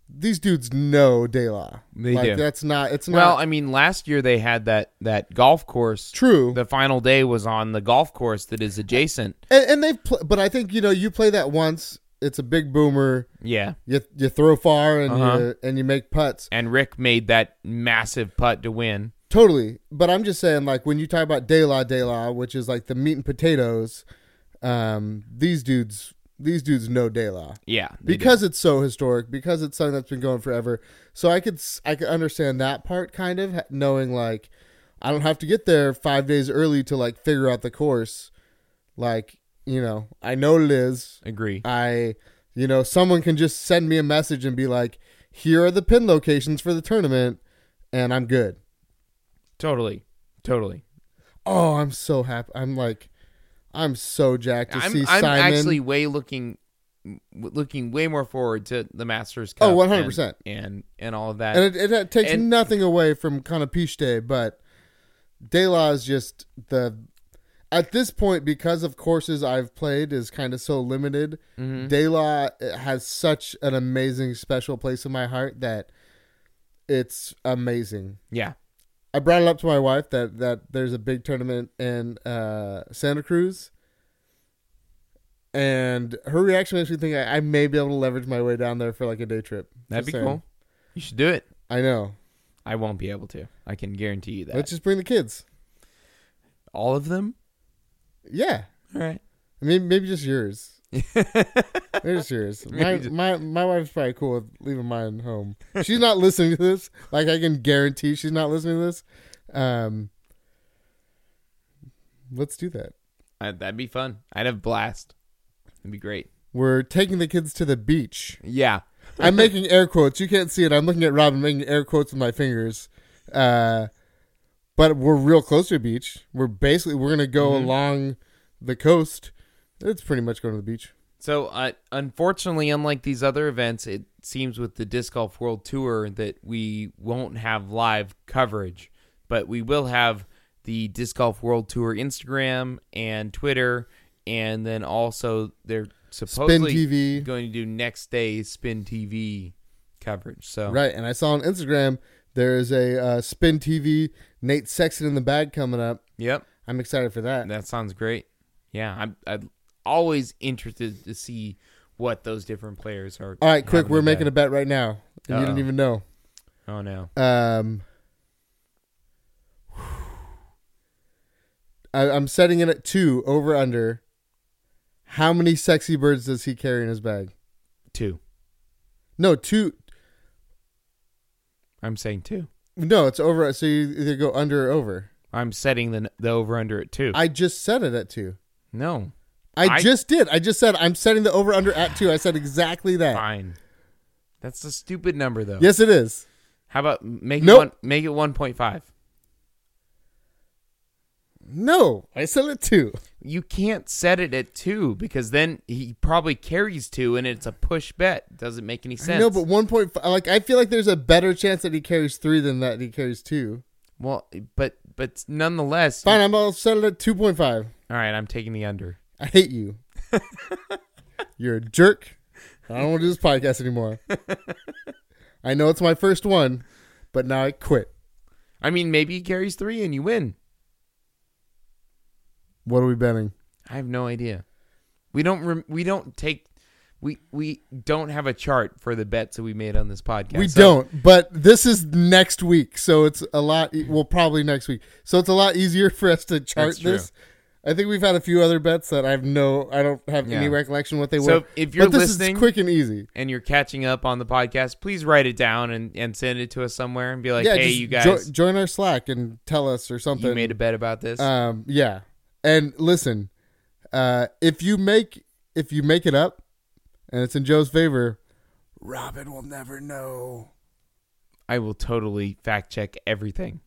[SPEAKER 2] these dudes know de la.
[SPEAKER 1] They
[SPEAKER 2] like
[SPEAKER 1] do.
[SPEAKER 2] that's not it's not
[SPEAKER 1] Well, I mean, last year they had that that golf course.
[SPEAKER 2] true.
[SPEAKER 1] The final day was on the golf course that is adjacent.
[SPEAKER 2] and, and they've pl- but I think you know you play that once, it's a big boomer.
[SPEAKER 1] Yeah,
[SPEAKER 2] You you throw far and
[SPEAKER 1] Uh-huh.
[SPEAKER 2] you, and you make putts.
[SPEAKER 1] and Rick made that massive putt to win.
[SPEAKER 2] Totally. But I'm just saying, like, when you talk about De La De La, which is like the meat and potatoes, um, these dudes these dudes know De La.
[SPEAKER 1] Yeah, they did.
[SPEAKER 2] Because it's so historic, because it's something that's been going forever. So I could s- I could understand that part kind of ha- knowing like I don't have to get there 5 days early to like figure out the course. Like, you know, I know it is.
[SPEAKER 1] agree.
[SPEAKER 2] I you know, someone can just send me a message and be like, "Here are the pin locations for the tournament." And I'm good.
[SPEAKER 1] Totally, totally.
[SPEAKER 2] Oh, I'm so happy. I'm like, I'm so jacked to
[SPEAKER 1] I'm,
[SPEAKER 2] see
[SPEAKER 1] I'm
[SPEAKER 2] Simon.
[SPEAKER 1] actually way looking looking way more forward to the Masters Cup.
[SPEAKER 2] Oh, 100%.
[SPEAKER 1] and and, and all of that.
[SPEAKER 2] and it, it takes
[SPEAKER 1] and-
[SPEAKER 2] nothing away from kind of Peach Day, but De La is just the. At this point, because of courses I've played is kind of so limited,
[SPEAKER 1] Mm-hmm.
[SPEAKER 2] De La eh, has such an amazing, special place in my heart that it's amazing.
[SPEAKER 1] yeah,
[SPEAKER 2] I brought it up to my wife that that there's a big tournament in uh, Santa Cruz, and her reaction makes me think I, I may be able to leverage my way down there for like a day trip.
[SPEAKER 1] that'd be
[SPEAKER 2] Just saying.
[SPEAKER 1] cool. You should do it.
[SPEAKER 2] I know.
[SPEAKER 1] I won't be able to. I can guarantee you that.
[SPEAKER 2] Let's just bring the kids.
[SPEAKER 1] all of them.
[SPEAKER 2] Yeah,
[SPEAKER 1] All right.
[SPEAKER 2] I mean maybe just yours. maybe just yours. My,
[SPEAKER 1] Maybe just-
[SPEAKER 2] my my wife's probably cool with leaving mine home. She's not listening to this. Like I can guarantee she's not listening to this. Um, let's do that.
[SPEAKER 1] Uh, that'd be fun. I'd have a blast. It'd be great.
[SPEAKER 2] We're taking the kids to the beach.
[SPEAKER 1] Yeah.
[SPEAKER 2] I'm making air quotes. You can't see it. I'm looking at Rob and making air quotes with my fingers. Uh, but we're real close to a beach. We're basically we're gonna go
[SPEAKER 1] Mm-hmm.
[SPEAKER 2] along the coast. It's pretty much going to the beach.
[SPEAKER 1] So, uh, unfortunately, unlike these other events, it seems with the Disc Golf World Tour that we won't have live coverage, but we will have the Disc Golf World Tour Instagram and Twitter, and then also they're
[SPEAKER 2] Spin
[SPEAKER 1] supposedly
[SPEAKER 2] TV,
[SPEAKER 1] going to do next day Spin TV coverage. So,
[SPEAKER 2] right? And I saw on Instagram there is a uh, Spin TV Nate Sexton in the bag coming up.
[SPEAKER 1] yep,
[SPEAKER 2] I'm excited for that.
[SPEAKER 1] that sounds great. Yeah, I'm, I'm always interested to see what those different players are.
[SPEAKER 2] All right, quick,
[SPEAKER 1] having
[SPEAKER 2] we're
[SPEAKER 1] to
[SPEAKER 2] making a
[SPEAKER 1] bet.
[SPEAKER 2] bet right now, and you didn't
[SPEAKER 1] Uh-oh.
[SPEAKER 2] even know.
[SPEAKER 1] Oh no,
[SPEAKER 2] Um, I, I'm setting it at two over under. How many sexy birds does he carry in his bag?
[SPEAKER 1] two.
[SPEAKER 2] No, two.
[SPEAKER 1] I'm saying two.
[SPEAKER 2] No, it's over. So you either go under or over.
[SPEAKER 1] I'm setting the the over under at two.
[SPEAKER 2] I just set it at two.
[SPEAKER 1] no,
[SPEAKER 2] I,
[SPEAKER 1] I-
[SPEAKER 2] just did. I just said I'm setting the over under at two. I said exactly that.
[SPEAKER 1] fine. That's a stupid number though.
[SPEAKER 2] Yes, it is.
[SPEAKER 1] How about make
[SPEAKER 2] Nope.
[SPEAKER 1] it one, make it one point five?
[SPEAKER 2] No, I said it two.
[SPEAKER 1] You can't set it at two because then he probably carries two, and it's a push bet. Doesn't make any sense.
[SPEAKER 2] No, but one point five. Like I feel like there's a better chance that he carries three than that he carries two.
[SPEAKER 1] well, but But nonetheless,
[SPEAKER 2] Fine, I'm gonna settle it at two point five.
[SPEAKER 1] all right, I'm taking the under.
[SPEAKER 2] I hate you. You're a jerk. I don't want to do this podcast anymore. I know it's my first one, but now I quit.
[SPEAKER 1] I mean, maybe he carries three and you win.
[SPEAKER 2] What are we betting?
[SPEAKER 1] I have no idea. We don't. Rem- we don't take. We we don't have a chart for the bets that we made on this podcast.
[SPEAKER 2] we
[SPEAKER 1] So-
[SPEAKER 2] don't, but this is next week, so it's a lot. e- Well, probably next week, so it's a lot easier for us to chart
[SPEAKER 1] That's true.
[SPEAKER 2] this. I think we've had a few other bets that I've no, I don't have any
[SPEAKER 1] Yeah.
[SPEAKER 2] recollection what they
[SPEAKER 1] So
[SPEAKER 2] were.
[SPEAKER 1] if you're
[SPEAKER 2] but this
[SPEAKER 1] listening-
[SPEAKER 2] is quick and easy.
[SPEAKER 1] And you're catching up on the podcast. Please write it down and, and send it to us somewhere and be like,
[SPEAKER 2] yeah,
[SPEAKER 1] "Hey,
[SPEAKER 2] just
[SPEAKER 1] you guys,
[SPEAKER 2] jo- join our Slack and tell us or something.
[SPEAKER 1] you made a bet about this."
[SPEAKER 2] Um, yeah, and listen, uh, if you make if you make it up, and it's in Joe's favor, Robin will never know.
[SPEAKER 1] I will totally fact check everything.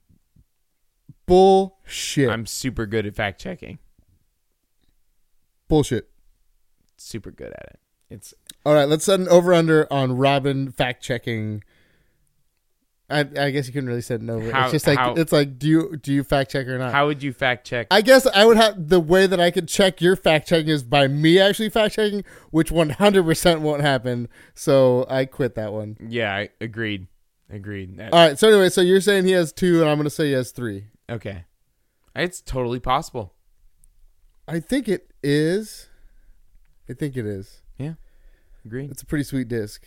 [SPEAKER 2] Bullshit.
[SPEAKER 1] I'm super good at fact checking.
[SPEAKER 2] Bullshit.
[SPEAKER 1] Super good at it. It's
[SPEAKER 2] All right, let's set an over under on Robin fact checking. I, I guess you couldn't really set an over.
[SPEAKER 1] How-
[SPEAKER 2] it's just like
[SPEAKER 1] how-
[SPEAKER 2] it's like do you do you fact check or not?
[SPEAKER 1] how would you fact check?
[SPEAKER 2] Uh, I guess I would have the way that I could check your fact checking is by me actually fact checking, which one hundred percent won't happen. So I quit that one.
[SPEAKER 1] yeah, I agreed. Agreed. That-
[SPEAKER 2] All right. So anyway, so you're saying he has two, and I'm going to say he has three.
[SPEAKER 1] okay, it's totally possible.
[SPEAKER 2] I think it is. I think it is.
[SPEAKER 1] Agreed.
[SPEAKER 2] It's a pretty sweet disc.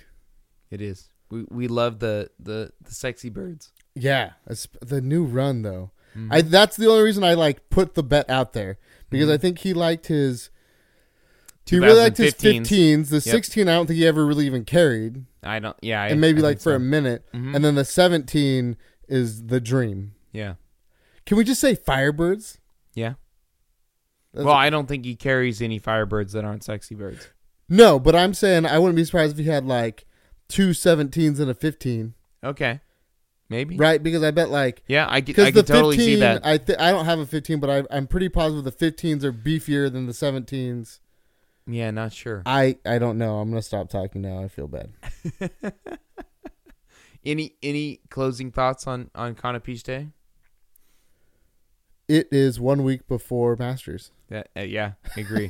[SPEAKER 1] It is. We we love the the the sexy birds.
[SPEAKER 2] Yeah, it's the new run though. I that's the only reason I like put the bet out there because I think he liked his. He really liked his
[SPEAKER 1] 2015s.
[SPEAKER 2] 15s. The
[SPEAKER 1] Yep.
[SPEAKER 2] 16, I don't think he ever really even carried,
[SPEAKER 1] I don't. Yeah, I,
[SPEAKER 2] and maybe
[SPEAKER 1] I
[SPEAKER 2] like
[SPEAKER 1] think
[SPEAKER 2] for
[SPEAKER 1] so. Mm-hmm.
[SPEAKER 2] a minute. And then the 17 is the dream.
[SPEAKER 1] yeah,
[SPEAKER 2] Can we just say Firebirds?
[SPEAKER 1] yeah.
[SPEAKER 2] That's-
[SPEAKER 1] well, I don't think he carries any firebirds that aren't sexy birds.
[SPEAKER 2] no, but I'm saying I wouldn't be surprised if he had like two 17s and a 15.
[SPEAKER 1] Okay, maybe.
[SPEAKER 2] right? Because I bet like
[SPEAKER 1] Yeah, I get. I
[SPEAKER 2] because
[SPEAKER 1] can
[SPEAKER 2] the
[SPEAKER 1] totally see
[SPEAKER 2] fifteen,
[SPEAKER 1] that.
[SPEAKER 2] I th- I don't have a fifteen, but I, I'm pretty positive the fifteens are beefier than the seventeens.
[SPEAKER 1] yeah, not sure.
[SPEAKER 2] I I don't know. I'm gonna stop talking now. I feel bad.
[SPEAKER 1] Any any closing thoughts on on Canopiche Day?
[SPEAKER 2] It is one week before Masters.
[SPEAKER 1] That uh, yeah, I agree.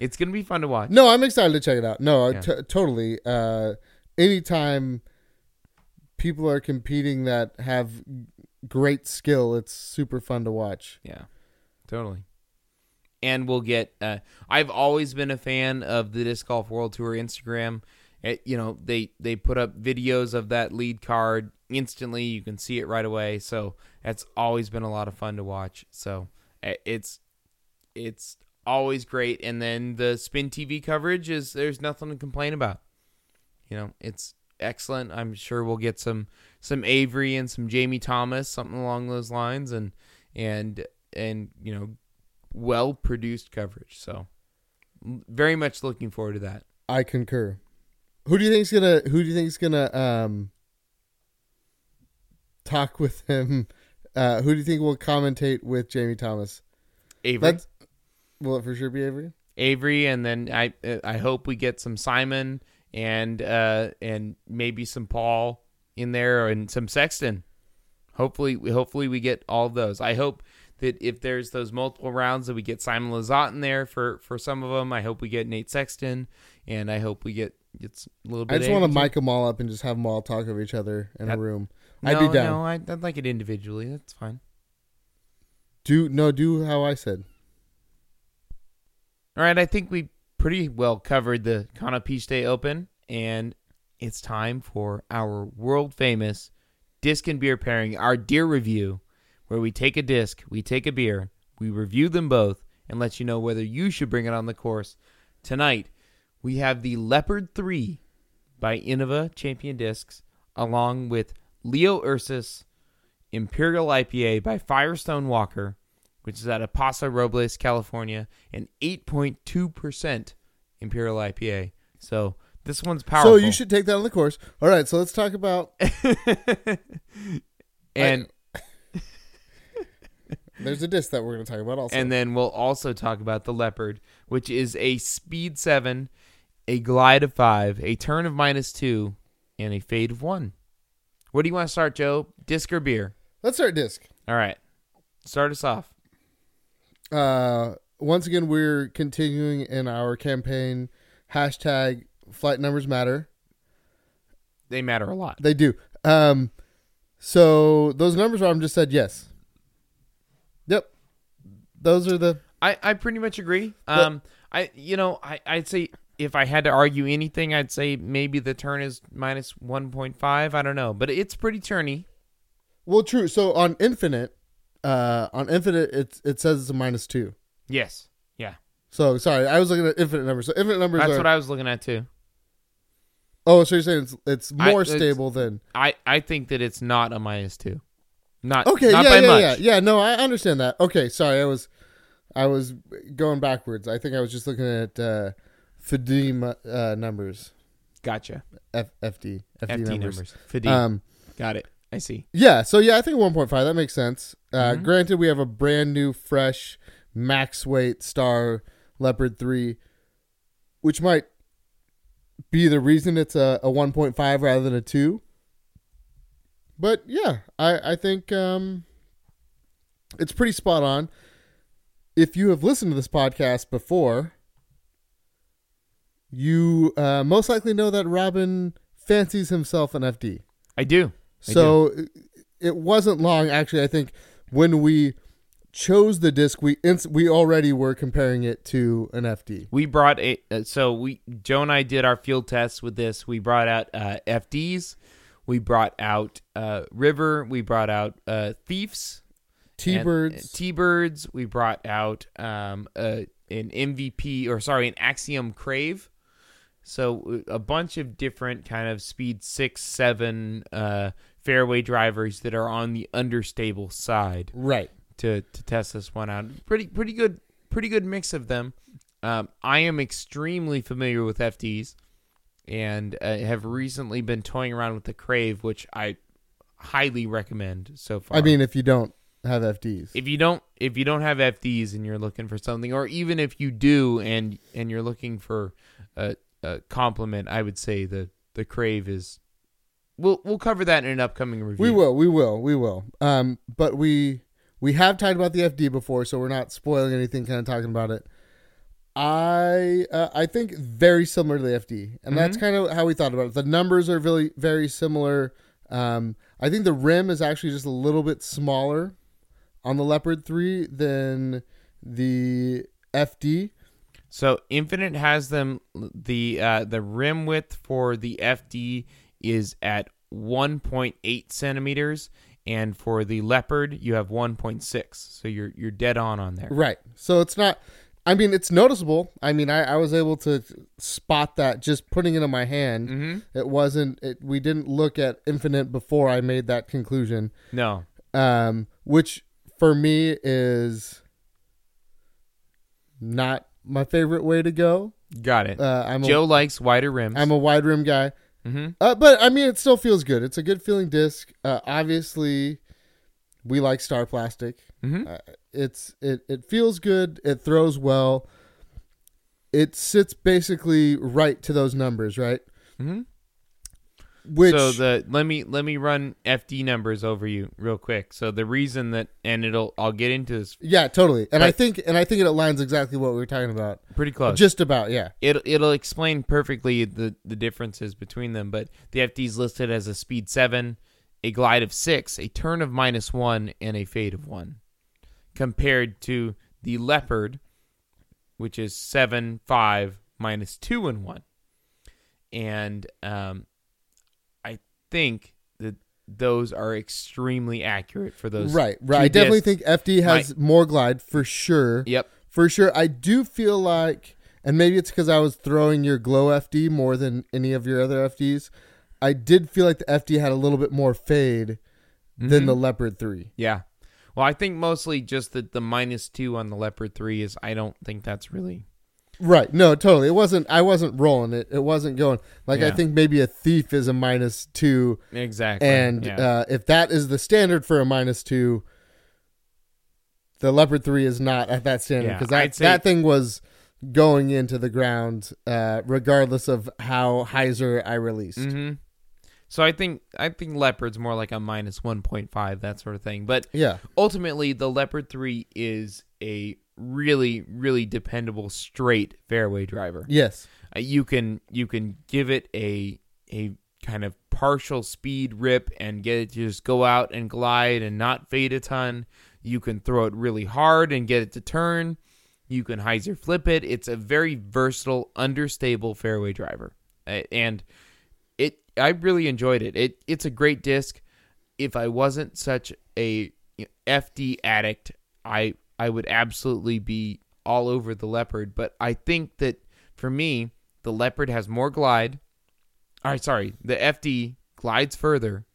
[SPEAKER 1] it's gonna be fun to watch.
[SPEAKER 2] No, I'm excited to check it out. No,
[SPEAKER 1] Yeah.
[SPEAKER 2] t- totally. Uh, anytime people are competing that have great skill, it's super fun to watch.
[SPEAKER 1] Yeah, totally. And we'll get. Uh, I've always been a fan of the disc golf world tour Instagram. It, you know they they put up videos of that lead card instantly. You can see it right away. So that's always been a lot of fun to watch. So uh, it's it's always great. And then the spin TV coverage is there's nothing to complain about. You know it's excellent. I'm sure we'll get some some Avery and some Jamie Thomas, something along those lines, and and and you know well produced coverage. So m- very much looking forward to that.
[SPEAKER 2] I concur. Who do you think's gonna Who do you think's gonna um talk with him? Uh, who do you think will commentate with Jamie Thomas?
[SPEAKER 1] Avery,
[SPEAKER 2] That's will it for sure be Avery?
[SPEAKER 1] Avery, and then I uh, I hope we get some Simon and uh and maybe some Paul in there and some Sexton. Hopefully, hopefully we get all of those. I hope that if there's those multiple rounds that we get Simon Lazat in there for for some of them. I hope we get Nate Sexton, and I hope we get it's a little bit.
[SPEAKER 2] I just want to
[SPEAKER 1] of Avery, too.
[SPEAKER 2] mic them all up and just have them all talk over each other in a
[SPEAKER 1] That-
[SPEAKER 2] room.
[SPEAKER 1] No,
[SPEAKER 2] I'd be down.
[SPEAKER 1] No, I'd, I'd like it individually. That's fine.
[SPEAKER 2] Do no, do how I said.
[SPEAKER 1] All right, I think we pretty well covered the Canopiche Day Open, and it's time for our world famous disc and beer pairing, our deer review, where we take a disc, we take a beer, we review them both, and let you know whether you should bring it on the course. Tonight, we have the Leopard 3 by Innova Champion Discs, along with Leo Ursus Imperial IPA by Firestone Walker, which is out of Paso Robles, California, an 8.2% Imperial IPA. So this one's powerful.
[SPEAKER 2] So you should take that on the course. All right, so let's talk about.
[SPEAKER 1] and
[SPEAKER 2] There's a disc that we're going to talk about also.
[SPEAKER 1] and then we'll also talk about the leopard, which is a speed seven, a glide of five, a turn of minus two, and a fade of one. Where do you want to start, Joe? Disc or beer?
[SPEAKER 2] Let's start disc.
[SPEAKER 1] All right. Start us off.
[SPEAKER 2] Uh, once again, we're continuing in our campaign hashtag flight numbers matter.
[SPEAKER 1] They matter a lot.
[SPEAKER 2] They do. Um, so those numbers, Robin just said yes. Yep. Those are the.
[SPEAKER 1] I, I pretty much agree. Um, I you know I I'd say if I had to argue anything, I'd say maybe the turn is minus one point five. I don't know, but it's pretty turny.
[SPEAKER 2] Well, true. So on infinite, uh, on infinite, it it says it's a minus two.
[SPEAKER 1] Yes. Yeah.
[SPEAKER 2] So sorry, I was looking at infinite numbers. So infinite numbers
[SPEAKER 1] That's
[SPEAKER 2] are.
[SPEAKER 1] what I was looking at too.
[SPEAKER 2] oh, so you're saying it's it's
[SPEAKER 1] I-
[SPEAKER 2] more
[SPEAKER 1] it's-
[SPEAKER 2] stable than.
[SPEAKER 1] I I think that it's not a minus two. Not
[SPEAKER 2] Okay.
[SPEAKER 1] Not
[SPEAKER 2] yeah.
[SPEAKER 1] by
[SPEAKER 2] yeah.
[SPEAKER 1] much.
[SPEAKER 2] Yeah. Yeah. No, I understand that. Okay. Sorry, I was, I was going backwards. I think I was just looking at uh, FD uh, numbers.
[SPEAKER 1] Gotcha.
[SPEAKER 2] F, FD, FD,
[SPEAKER 1] FD
[SPEAKER 2] numbers.
[SPEAKER 1] numbers. FD.
[SPEAKER 2] Um,
[SPEAKER 1] Got it. I see.
[SPEAKER 2] Yeah, so yeah, I think 1.5 that makes sense. Uh,
[SPEAKER 1] Mhm.
[SPEAKER 2] Granted, we have a brand new, fresh, max weight Star Leopard 3, which might be the reason it's a, a 1.5 rather than a 2. But yeah, I, I think um, it's pretty spot on. If you have listened to this podcast before, you uh, most likely know that Robin fancies himself an FD.
[SPEAKER 1] I do. I
[SPEAKER 2] So it wasn't long, actually. I think when we chose the disc, we inst- we already were comparing it to an FD.
[SPEAKER 1] We brought a uh, so we Joe and I did our field tests with this. We brought out uh, FDs, we brought out uh, River, we brought out uh, Thieves,
[SPEAKER 2] T birds.
[SPEAKER 1] T Birds. uh, We brought out um, uh, an MVP or sorry, an Axiom Crave. So uh, a bunch of different kind of speed six seven uh, fairway drivers that are on the understable side
[SPEAKER 2] right.
[SPEAKER 1] to to test this one out. Pretty pretty good pretty good mix of them. Um, I am extremely familiar with FDs, and uh, have recently been toying around with the Crave, which I highly recommend so far.
[SPEAKER 2] I mean, if you don't have FDs,
[SPEAKER 1] if you don't if you don't have FDs and you're looking for something, or even if you do and and you're looking for a, a compliment, I would say the the Crave is. We'll we'll cover that in an upcoming review.
[SPEAKER 2] we will, we will, we will. Um, but we we have talked about the FD before, so we're not spoiling anything. Kind of talking about it. I uh, I think very similar to the FD, and that's kind of how we thought about it. The numbers are really very similar. Um, I think the rim is actually just a little bit smaller on the Leopard three than the FD.
[SPEAKER 1] So Infinite has them the uh, the rim width for the FD is at 1.8 centimeters, and for the Leopard you have 1.6. So you're you're dead on on there.
[SPEAKER 2] Right. So it's not. I mean, it's noticeable. I mean, I, I was able to spot that just putting it in my hand.
[SPEAKER 1] Mhm.
[SPEAKER 2] It wasn't. It, we didn't look at infinite before I made that conclusion,
[SPEAKER 1] No,
[SPEAKER 2] um, which for me is not my favorite way to go.
[SPEAKER 1] got it.
[SPEAKER 2] Uh, I'm
[SPEAKER 1] Joe likes wider rims.
[SPEAKER 2] a I'm a wide rim guy.
[SPEAKER 1] mm-hmm.
[SPEAKER 2] Uh, but I mean, it still feels good. It's a good feeling disc. Uh, obviously, we like star plastic.
[SPEAKER 1] Mhm.
[SPEAKER 2] Uh, it's it it feels good. It throws well. It sits basically right to those numbers, right?
[SPEAKER 1] Mm-hmm.
[SPEAKER 2] Which
[SPEAKER 1] so the let me let me run FD numbers over you real quick. So the reason that and it'll I'll get into this
[SPEAKER 2] yeah, totally. And I
[SPEAKER 1] Right.
[SPEAKER 2] think and I think it aligns exactly what we were talking about.
[SPEAKER 1] pretty close.
[SPEAKER 2] Just about yeah.
[SPEAKER 1] it'll it'll explain perfectly the the differences between them. But the FD's listed as a speed seven, a glide of six, a turn of minus one, and a fade of one, compared to the Leopard, which is seven five minus two and one. And um, I think that those are extremely accurate for those.
[SPEAKER 2] Right, right.
[SPEAKER 1] two
[SPEAKER 2] I definitely
[SPEAKER 1] discs.
[SPEAKER 2] think FD has more glide for sure.
[SPEAKER 1] Yep.
[SPEAKER 2] For sure. I do feel like, and maybe it's because I was throwing your glow FD more than any of your other FDs. I did feel like the FD had a little bit more fade than the Leopard 3.
[SPEAKER 1] Yeah. Well, I think mostly just that the minus two on the Leopard 3 is, I don't think that's really.
[SPEAKER 2] Right. No, totally. It wasn't, I wasn't rolling it. It wasn't going. Like, I
[SPEAKER 1] Yeah.
[SPEAKER 2] think maybe a thief is a minus two.
[SPEAKER 1] Exactly.
[SPEAKER 2] And
[SPEAKER 1] yeah.
[SPEAKER 2] uh, if that is the standard for a minus two, the Leopard 3 is not at that standard
[SPEAKER 1] Yeah,
[SPEAKER 2] because that,
[SPEAKER 1] I'd say-
[SPEAKER 2] that thing was going into the ground uh, regardless of how Heiser I released.
[SPEAKER 1] Mhm. So I think I think leopard's more like a minus one point five that sort of thing. But
[SPEAKER 2] Yeah.
[SPEAKER 1] ultimately, the leopard three is a really really dependable straight fairway driver.
[SPEAKER 2] Yes.
[SPEAKER 1] Uh, you can you can give it a a kind of partial speed rip and get it to just go out and glide and not fade a ton. You can throw it really hard and get it to turn. You can hyzer flip it. It's a very versatile, understable fairway driver, Uh, and it I really enjoyed it. It it's a great disc. If I wasn't such a you know, FD addict, I I would absolutely be all over the leopard. But I think that for me, the leopard has more glide. All right, sorry, the FD glides further,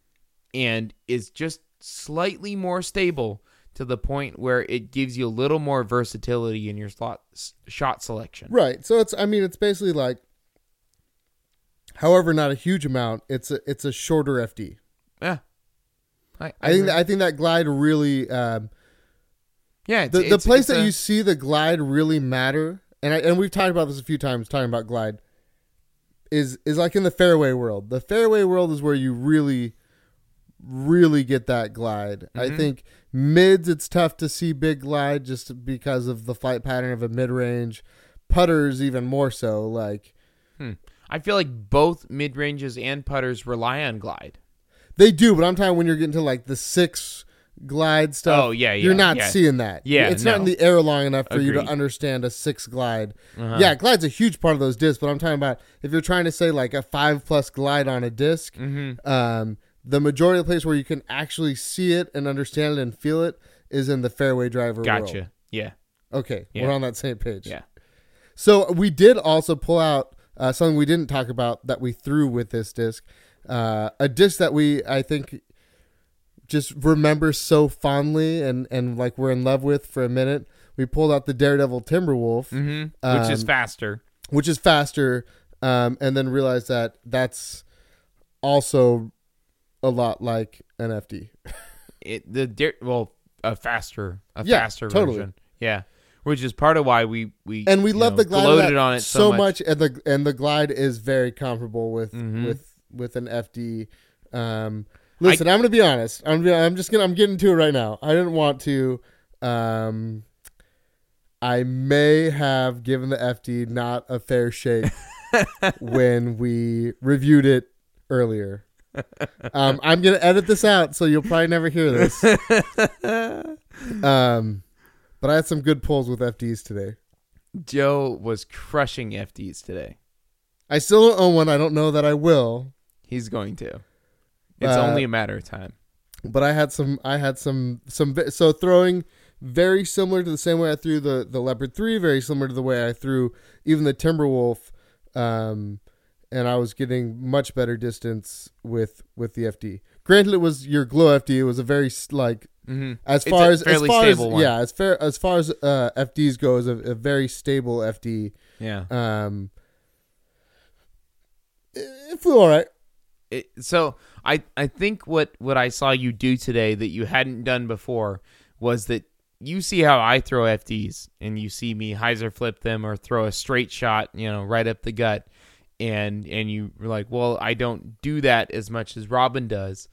[SPEAKER 1] and is just slightly more stable to the point where it gives you a little more versatility in your slot s- shot selection.
[SPEAKER 2] Right. So it's I mean it's basically like however not a huge amount, it's a it's a shorter FD.
[SPEAKER 1] Yeah. I,
[SPEAKER 2] I think
[SPEAKER 1] agree.
[SPEAKER 2] that, I think that glide really um,
[SPEAKER 1] yeah, it's,
[SPEAKER 2] the, the
[SPEAKER 1] it's-
[SPEAKER 2] place
[SPEAKER 1] it's
[SPEAKER 2] that
[SPEAKER 1] a-
[SPEAKER 2] you see the glide really matter and I, and we've talked about this a few times talking about glide is is like in the fairway world. The fairway world is where you really really get that glide.
[SPEAKER 1] Mm-hmm.
[SPEAKER 2] I think mids it's tough to see big glide just because of the flight pattern of a mid-range. Putters even more so like
[SPEAKER 1] I feel like both mid ranges and putters rely on glide.
[SPEAKER 2] They do, but I'm talking when you're getting to like the six glide stuff.
[SPEAKER 1] Oh, yeah, yeah,
[SPEAKER 2] You're not
[SPEAKER 1] yeah.
[SPEAKER 2] seeing that.
[SPEAKER 1] Yeah,
[SPEAKER 2] it's not in
[SPEAKER 1] no.
[SPEAKER 2] the air long enough for you to
[SPEAKER 1] Agreed. Uh-huh.
[SPEAKER 2] understand a six glide. Yeah, glide's a huge part of those discs, but I'm talking about if you're trying to say like a five plus glide on a disk
[SPEAKER 1] Mm-hmm.
[SPEAKER 2] um, the majority of the place where you can actually see it and understand it and feel it is in the fairway driver.
[SPEAKER 1] Gotcha.
[SPEAKER 2] world.
[SPEAKER 1] Yeah.
[SPEAKER 2] Okay,
[SPEAKER 1] Yeah.
[SPEAKER 2] we're on that same page.
[SPEAKER 1] Yeah.
[SPEAKER 2] So we did also pull out uh, something we didn't talk about that we threw with this disc, uh, a disc that we I think just remember so fondly and and like we're in love with for a minute. We pulled out the Daredevil Timberwolf,
[SPEAKER 1] hmm Which is
[SPEAKER 2] Um,
[SPEAKER 1] faster.
[SPEAKER 2] which is faster, um, and then realized that that's also a lot like an FD.
[SPEAKER 1] It the dare- well a faster a
[SPEAKER 2] Yeah,
[SPEAKER 1] faster
[SPEAKER 2] totally.
[SPEAKER 1] version. Yeah. Which is part of why we we
[SPEAKER 2] and we
[SPEAKER 1] you
[SPEAKER 2] love
[SPEAKER 1] know,
[SPEAKER 2] the glide of
[SPEAKER 1] gloated
[SPEAKER 2] that
[SPEAKER 1] on it so,
[SPEAKER 2] much. and the and the glide is very comparable with
[SPEAKER 1] Mm-hmm.
[SPEAKER 2] with with an FD. Um, listen, I, am gonna be honest. I'm gonna be, I'm just gonna I'm getting to it right now. I didn't want to. Um, I may have given the FD not a fair shake when we reviewed it earlier. Um, I'm gonna edit this out, so you'll probably never hear this. Um, but I had some good pulls with FDs today.
[SPEAKER 1] Joe was crushing FDs today.
[SPEAKER 2] I still don't own one. I don't know that I will,
[SPEAKER 1] He's going to. It's
[SPEAKER 2] Uh,
[SPEAKER 1] only a matter of time.
[SPEAKER 2] but I had some. I had some. Some. ve- So throwing very similar to the same way I threw the the leopard three. Very similar to the way I threw even the timberwolf. Um, and I was getting much better distance with with the FD. Granted, it was your glow FD. It was a very s- like
[SPEAKER 1] Mm-hmm.
[SPEAKER 2] as
[SPEAKER 1] It's
[SPEAKER 2] far
[SPEAKER 1] a
[SPEAKER 2] as as
[SPEAKER 1] fairly
[SPEAKER 2] far as
[SPEAKER 1] stable one.
[SPEAKER 2] yeah as fair as far as uh, FDs go is a, a very stable FD.
[SPEAKER 1] Yeah.
[SPEAKER 2] Um, it, it flew all right.
[SPEAKER 1] it, so I I think what what I saw you do today that you hadn't done before was that you see how I throw FDs and you see me hyzer flip them or throw a straight shot, you know, right up the gut and and you were like, "Well, I don't do that as much as Robin does."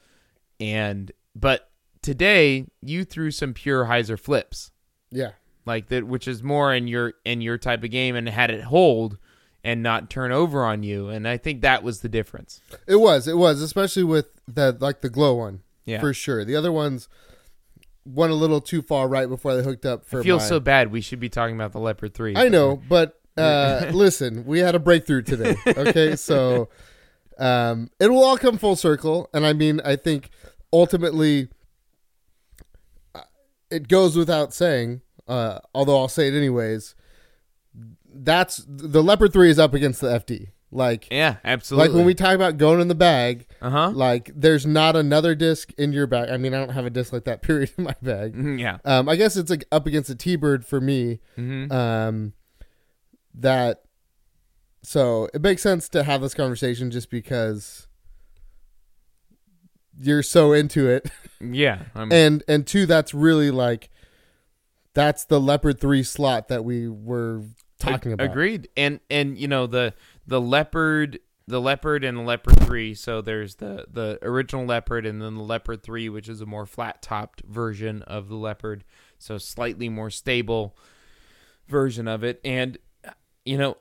[SPEAKER 1] And but today you threw some pure hyzer flips
[SPEAKER 2] Yeah.
[SPEAKER 1] like that which is more in your in your type of game and had it hold and not turn over on you and I think that was the difference.
[SPEAKER 2] It was, it was, especially with the like the glow one.
[SPEAKER 1] Yeah.
[SPEAKER 2] For sure. The other ones went a little too far right before they hooked up for
[SPEAKER 1] I feel
[SPEAKER 2] my-
[SPEAKER 1] so bad. We should be talking about the Leopard 3.
[SPEAKER 2] I know, but uh, listen, we had a breakthrough today. Okay, so um, it will all come full circle, and I mean, I think ultimately, uh, it goes without saying. Uh, although I'll say it anyways. That's the leopard three is up against the FD. Like,
[SPEAKER 1] Yeah, absolutely.
[SPEAKER 2] like when we talk about going in the bag,
[SPEAKER 1] Uh huh.
[SPEAKER 2] like there's not another disc in your bag. I mean, I don't have a disc like that. Period in my bag.
[SPEAKER 1] Mm-hmm. Yeah.
[SPEAKER 2] Um, I guess it's like up against a T-bird for me.
[SPEAKER 1] hmm
[SPEAKER 2] Um, that so it makes sense to have this conversation just because you're so into it,
[SPEAKER 1] Yeah. I'm,
[SPEAKER 2] and and two, that's really like that's the leopard three slot that we were talking
[SPEAKER 1] Ag-
[SPEAKER 2] about.
[SPEAKER 1] Agreed. And and you know the the Leopard the Leopard and the Leopard 3. So there's the the original Leopard and then the Leopard 3, which is a more flat-topped version of the Leopard, so slightly more stable version of it. And you know,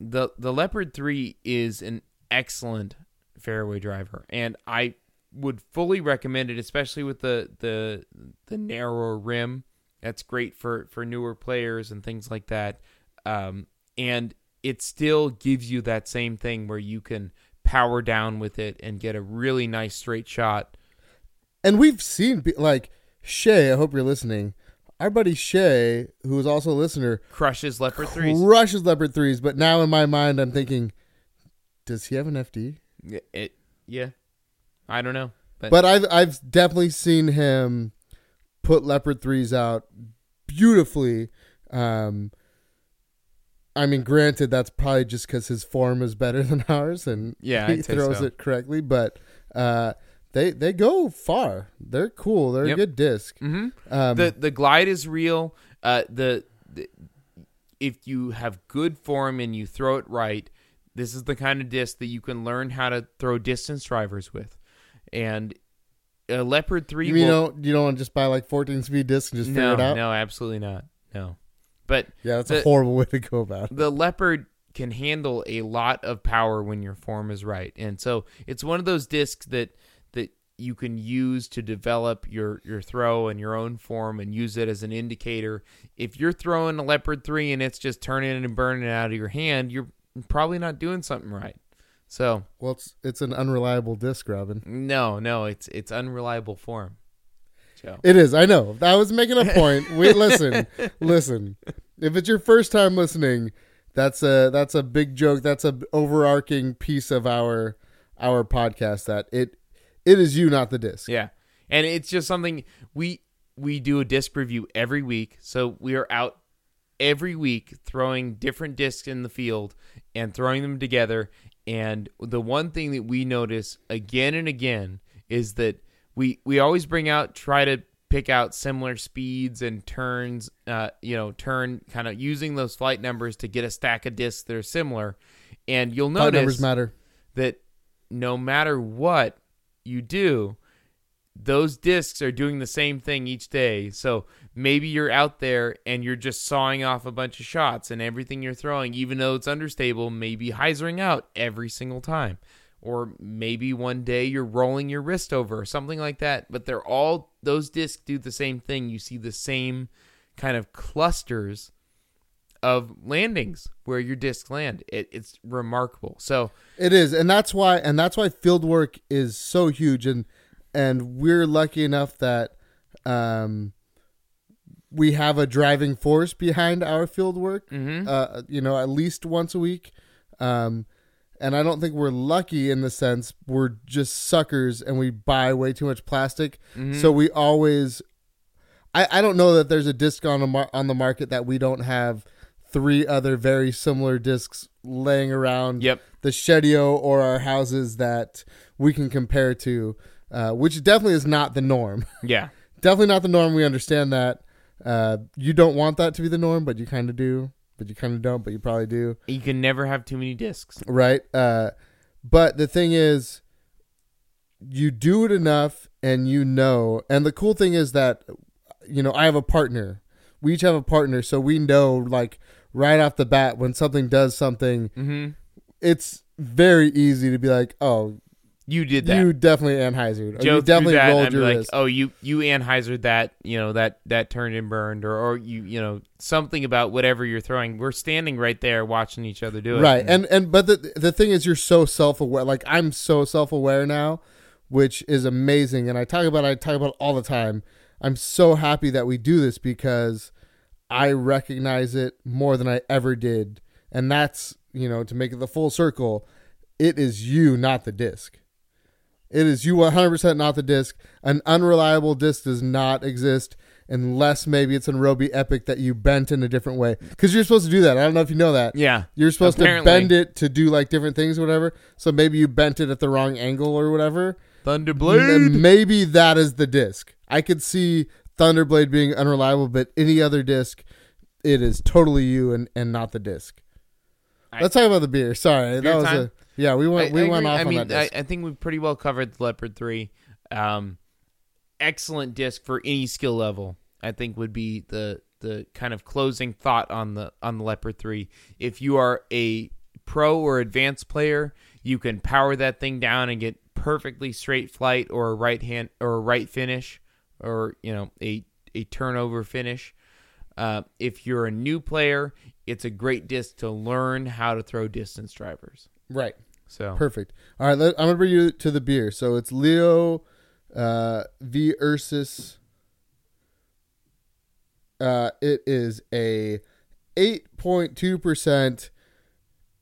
[SPEAKER 1] the the Leopard 3 is an excellent fairway driver and I would fully recommend it especially with the the the narrower rim. That's great for for newer players and things like that. Um and it still gives you that same thing where you can power down with it and get a really nice straight shot.
[SPEAKER 2] And we've seen be- like Shay. I hope you're listening. Our buddy Shay, who is also a listener,
[SPEAKER 1] Crushes leopard threes.
[SPEAKER 2] rushes leopard threes. But now in my mind, I'm thinking, does he have an FD?
[SPEAKER 1] Yeah, it, yeah, I don't know, but,
[SPEAKER 2] But I've I've definitely seen him put leopard threes out beautifully. Um, I mean, granted, that's probably just because his form is better than ours, and
[SPEAKER 1] Yeah,
[SPEAKER 2] he
[SPEAKER 1] I'd say
[SPEAKER 2] throws
[SPEAKER 1] so.
[SPEAKER 2] it correctly. But uh, they they go far. They're cool. They're
[SPEAKER 1] Yep.
[SPEAKER 2] a good disc.
[SPEAKER 1] Mhm.
[SPEAKER 2] Um,
[SPEAKER 1] the the glide is real. Uh, the, the if you have good form and you throw it right, this is the kind of disc that you can learn how to throw distance drivers with, and a leopard three.
[SPEAKER 2] you mean you
[SPEAKER 1] will-
[SPEAKER 2] don't you don't want to just buy like 14 speed discs and just figure
[SPEAKER 1] no,
[SPEAKER 2] it out?
[SPEAKER 1] no, absolutely not. No, but
[SPEAKER 2] Yeah, that's
[SPEAKER 1] The-
[SPEAKER 2] a horrible way to go about it.
[SPEAKER 1] the leopard can handle a lot of power when your form is right and so it's one of those discs that that you can use to develop your your throw and your own form and use it as an indicator if you're throwing a leopard 3 and it's just turning and burning out of your hand you're probably not doing something right so
[SPEAKER 2] Well, it's it's an unreliable disc, Robin.
[SPEAKER 1] no no it's it's unreliable form so
[SPEAKER 2] It is. I know. I was making a point. Wait, listen, listen. If it's your first time listening, that's a that's a big joke. That's a overarching piece of our our podcast. That it it is you, not the disc.
[SPEAKER 1] Yeah. And it's just something we we do a disc review every week. So we are out every week throwing different discs in the field and throwing them together and the one thing that we notice again and again is that we we always bring out try to pick out similar speeds and turns uh you know turn kind of using those flight numbers to get a stack of discs that are similar and you'll
[SPEAKER 2] Part
[SPEAKER 1] notice
[SPEAKER 2] numbers matter.
[SPEAKER 1] that no matter what you do, those discs are doing the same thing each day. So maybe you're out there and you're just sawing off a bunch of shots, and everything you're throwing, even though it's understable, may be hyzering out every single time. Or maybe one day you're rolling your wrist over or something like that. But they're all, those discs do the same thing. You see the same kind of clusters of landings where your discs land. It, it's remarkable. So,
[SPEAKER 2] It is, and that's why and that's why field work is so huge, and and we're lucky enough that um, we have a driving force behind our field work.
[SPEAKER 1] Mhm.
[SPEAKER 2] Uh, you know, at least once a week, um, and I don't think we're lucky in the sense we're just suckers and we buy way too much plastic, so we always. I, I don't know that there's a disc on the mar- on the market that we don't have three other very similar discs laying around
[SPEAKER 1] Yep.
[SPEAKER 2] the shedio or our houses that we can compare to, uh, which definitely is not the norm.
[SPEAKER 1] Yeah.
[SPEAKER 2] definitely not the norm. We understand that. Uh, you don't want that to be the norm, but you kind of do. But you kind of don't, but you probably do.
[SPEAKER 1] You can never have too many discs.
[SPEAKER 2] Right. Uh, but the thing is, you do it enough and you know. And the cool thing is that, you know, I have a partner. We each have a partner. So we know, like, right off the bat when something does something,
[SPEAKER 1] Mm-hmm.
[SPEAKER 2] it's very easy to be like, oh,
[SPEAKER 1] You did that.
[SPEAKER 2] You definitely Anheuser.
[SPEAKER 1] Joe
[SPEAKER 2] You
[SPEAKER 1] threw
[SPEAKER 2] definitely
[SPEAKER 1] that, and
[SPEAKER 2] rolled
[SPEAKER 1] I'd
[SPEAKER 2] your
[SPEAKER 1] be like,
[SPEAKER 2] wrist.
[SPEAKER 1] Oh, you you Anheuser that you know that that turned and burned, or or you you know something about whatever you're throwing. We're standing right there watching each other do it.
[SPEAKER 2] right. And and but the the thing is, you're so self aware. Like I'm so self aware now, which is amazing. And I talk about it, I talk about it all the time. I'm so happy that we do this because I recognize it more than I ever did. And that's you know to make it the full circle, it is you, not the disc. It is you 100% not the disc. An unreliable disc does not exist unless maybe it's an Roby Epic that you bent in a different way. Because you're supposed to do that. I don't know if you know that.
[SPEAKER 1] yeah,
[SPEAKER 2] You're supposed
[SPEAKER 1] Apparently.
[SPEAKER 2] to bend it to do like different things or whatever. So maybe you bent it at the wrong angle or whatever.
[SPEAKER 1] Thunderblade.
[SPEAKER 2] M- Maybe that is the disc. I could see Thunderblade being unreliable, but any other disc, it is totally you and, and not the disc.
[SPEAKER 1] I-
[SPEAKER 2] Let's talk about the beer. Sorry, that
[SPEAKER 1] Beer
[SPEAKER 2] was
[SPEAKER 1] time?
[SPEAKER 2] a yeah. We went
[SPEAKER 1] I-
[SPEAKER 2] we
[SPEAKER 1] I
[SPEAKER 2] went
[SPEAKER 1] agree.
[SPEAKER 2] off
[SPEAKER 1] I
[SPEAKER 2] on
[SPEAKER 1] mean,
[SPEAKER 2] that disc.
[SPEAKER 1] I, I think we've pretty well covered Leopard Three. Um, excellent disc for any skill level. I think would be the the kind of closing thought on the on the Leopard Three. If you are a pro or advanced player, you can power that thing down and get perfectly straight flight or a right hand or a right finish or you know a a turnover finish. Uh, if you're a new player, it's a great disc to learn how to throw distance drivers.
[SPEAKER 2] right.
[SPEAKER 1] So
[SPEAKER 2] Perfect. All right, let, I'm gonna bring you to the beer. So it's Leo uh, v Ursus. Uh, it is a 8.2 percent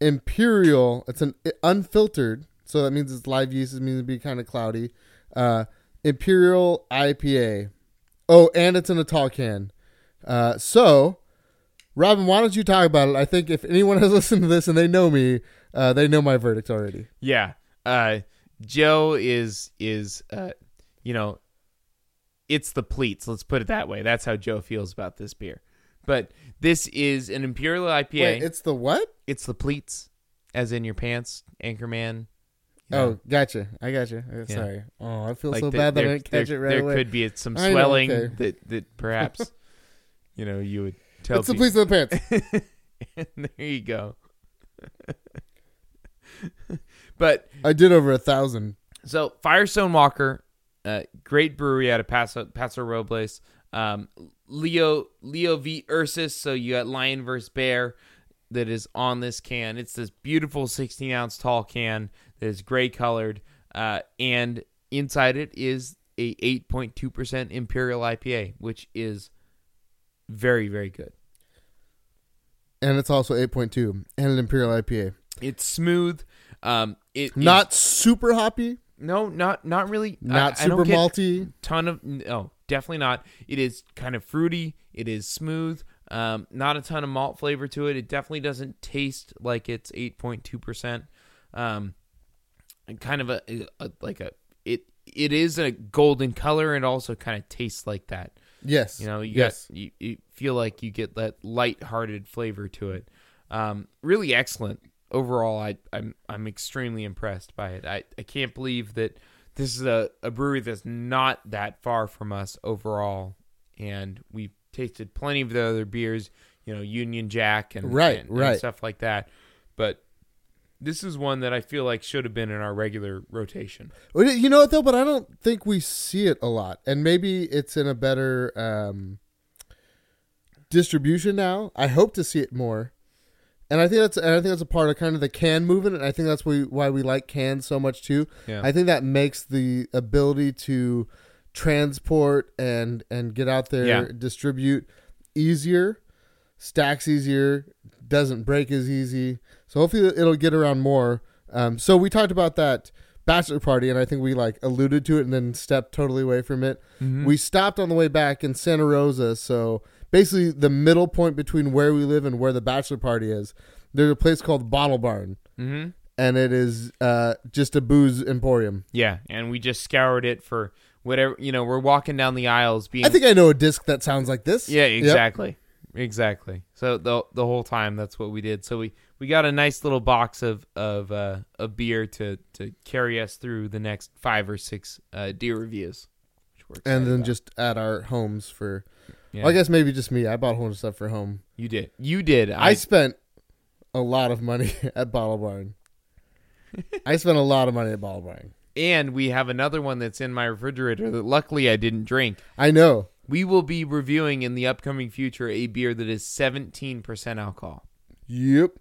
[SPEAKER 2] imperial. It's an it- unfiltered, so that means it's live yeast. It means it'd be kind of cloudy. Uh, imperial IPA. Oh, and it's in a tall can. Uh, so, Robin, why don't you talk about it? I think if anyone has listened to this and they know me, uh, they know my verdict already.
[SPEAKER 1] Yeah. Uh, Joe is is uh, you know, it's the pleats. Let's put it that way. That's how Joe feels about this beer. But this is an Imperial IPA.
[SPEAKER 2] Wait, it's the what?
[SPEAKER 1] it's the pleats, as in your pants, Anchorman. you know,
[SPEAKER 2] Oh, gotcha. I gotcha. Uh,
[SPEAKER 1] Yeah.
[SPEAKER 2] Sorry. Oh, I feel
[SPEAKER 1] like
[SPEAKER 2] so
[SPEAKER 1] the-
[SPEAKER 2] bad that
[SPEAKER 1] there-
[SPEAKER 2] I didn't catch
[SPEAKER 1] there-
[SPEAKER 2] it right
[SPEAKER 1] There
[SPEAKER 2] away.
[SPEAKER 1] could be some
[SPEAKER 2] I know,
[SPEAKER 1] swelling
[SPEAKER 2] okay.
[SPEAKER 1] that that perhaps you know you would tell.
[SPEAKER 2] It's the
[SPEAKER 1] people.
[SPEAKER 2] police of the pants.
[SPEAKER 1] there you go. but
[SPEAKER 2] I did over a thousand.
[SPEAKER 1] So Firestone Walker, uh, great brewery out of Paso, Paso Robles. Um, Leo Leo v Ursus. So you got lion versus bear that is on this can. It's this beautiful 16 ounce tall can that is gray colored, uh, and inside it is a 8.2 percent Imperial IPA, which is very very good.
[SPEAKER 2] And it's also 8.2 and an Imperial IPA.
[SPEAKER 1] It's smooth. Um, it is-
[SPEAKER 2] Not super hoppy,
[SPEAKER 1] no not not really I-
[SPEAKER 2] not
[SPEAKER 1] I don't
[SPEAKER 2] super
[SPEAKER 1] get-
[SPEAKER 2] malty.
[SPEAKER 1] ton of no definitely not it is kind of fruity it is smooth um, not a ton of malt flavor to it it definitely doesn't taste like it's 8.2% um, and kind of a, a like a it it is a golden color and also kind of tastes like that
[SPEAKER 2] Yes.
[SPEAKER 1] you know, you
[SPEAKER 2] yes.
[SPEAKER 1] got, you, you feel like you get that light-hearted flavor to it. Um, really excellent overall. I, I'm I'm extremely impressed by it. I, I can't believe that this is a, a brewery that's not that far from us overall, and we've tasted plenty of the other beers. You know, Union Jack and
[SPEAKER 2] Right,
[SPEAKER 1] and-
[SPEAKER 2] right.
[SPEAKER 1] and stuff like that, but. This is one that I feel like should have been in our regular rotation.
[SPEAKER 2] Well, You know what though, but I don't think we see it a lot, and maybe it's in a better um, distribution now. I hope to see it more, and I think that's and I think that's a part of kind of the can movement, and I think that's why why we like cans so much too.
[SPEAKER 1] Yeah.
[SPEAKER 2] I think that makes the ability to transport and and get out there
[SPEAKER 1] Yeah.
[SPEAKER 2] distribute easier, stacks easier, doesn't break as easy. So hopefully it'll get around more. Um, so we talked about that bachelor party, and I think we like alluded to it and then stepped totally away from it. We stopped on the way back in Santa Rosa, so basically the middle point between where we live and where the bachelor party is. There's a place called Bottle Barn,
[SPEAKER 1] Mm-hmm.
[SPEAKER 2] and it is uh, just a booze emporium.
[SPEAKER 1] Yeah, and we just scoured it for whatever you know. We're walking down the aisles, being
[SPEAKER 2] I think I know a disc that sounds like this.
[SPEAKER 1] Yeah,
[SPEAKER 2] Yep.
[SPEAKER 1] exactly. Exactly. So the the whole time that's what we did. So we, we got a nice little box of of uh, of beer to to carry us through the next five or six uh, deer reviews. Which we're excited
[SPEAKER 2] And then
[SPEAKER 1] about.
[SPEAKER 2] just at our homes for,
[SPEAKER 1] yeah.
[SPEAKER 2] well, I guess maybe just me. I bought a whole bunch of stuff for home.
[SPEAKER 1] you did you did
[SPEAKER 2] I,
[SPEAKER 1] I,
[SPEAKER 2] spent a lot of money at Bottle Barn. I spent a lot of money at Bottle Barn.
[SPEAKER 1] and we have another one that's in my refrigerator that luckily I didn't drink.
[SPEAKER 2] I know.
[SPEAKER 1] We will be reviewing in the upcoming future a beer that is seventeen percent alcohol.
[SPEAKER 2] Yep.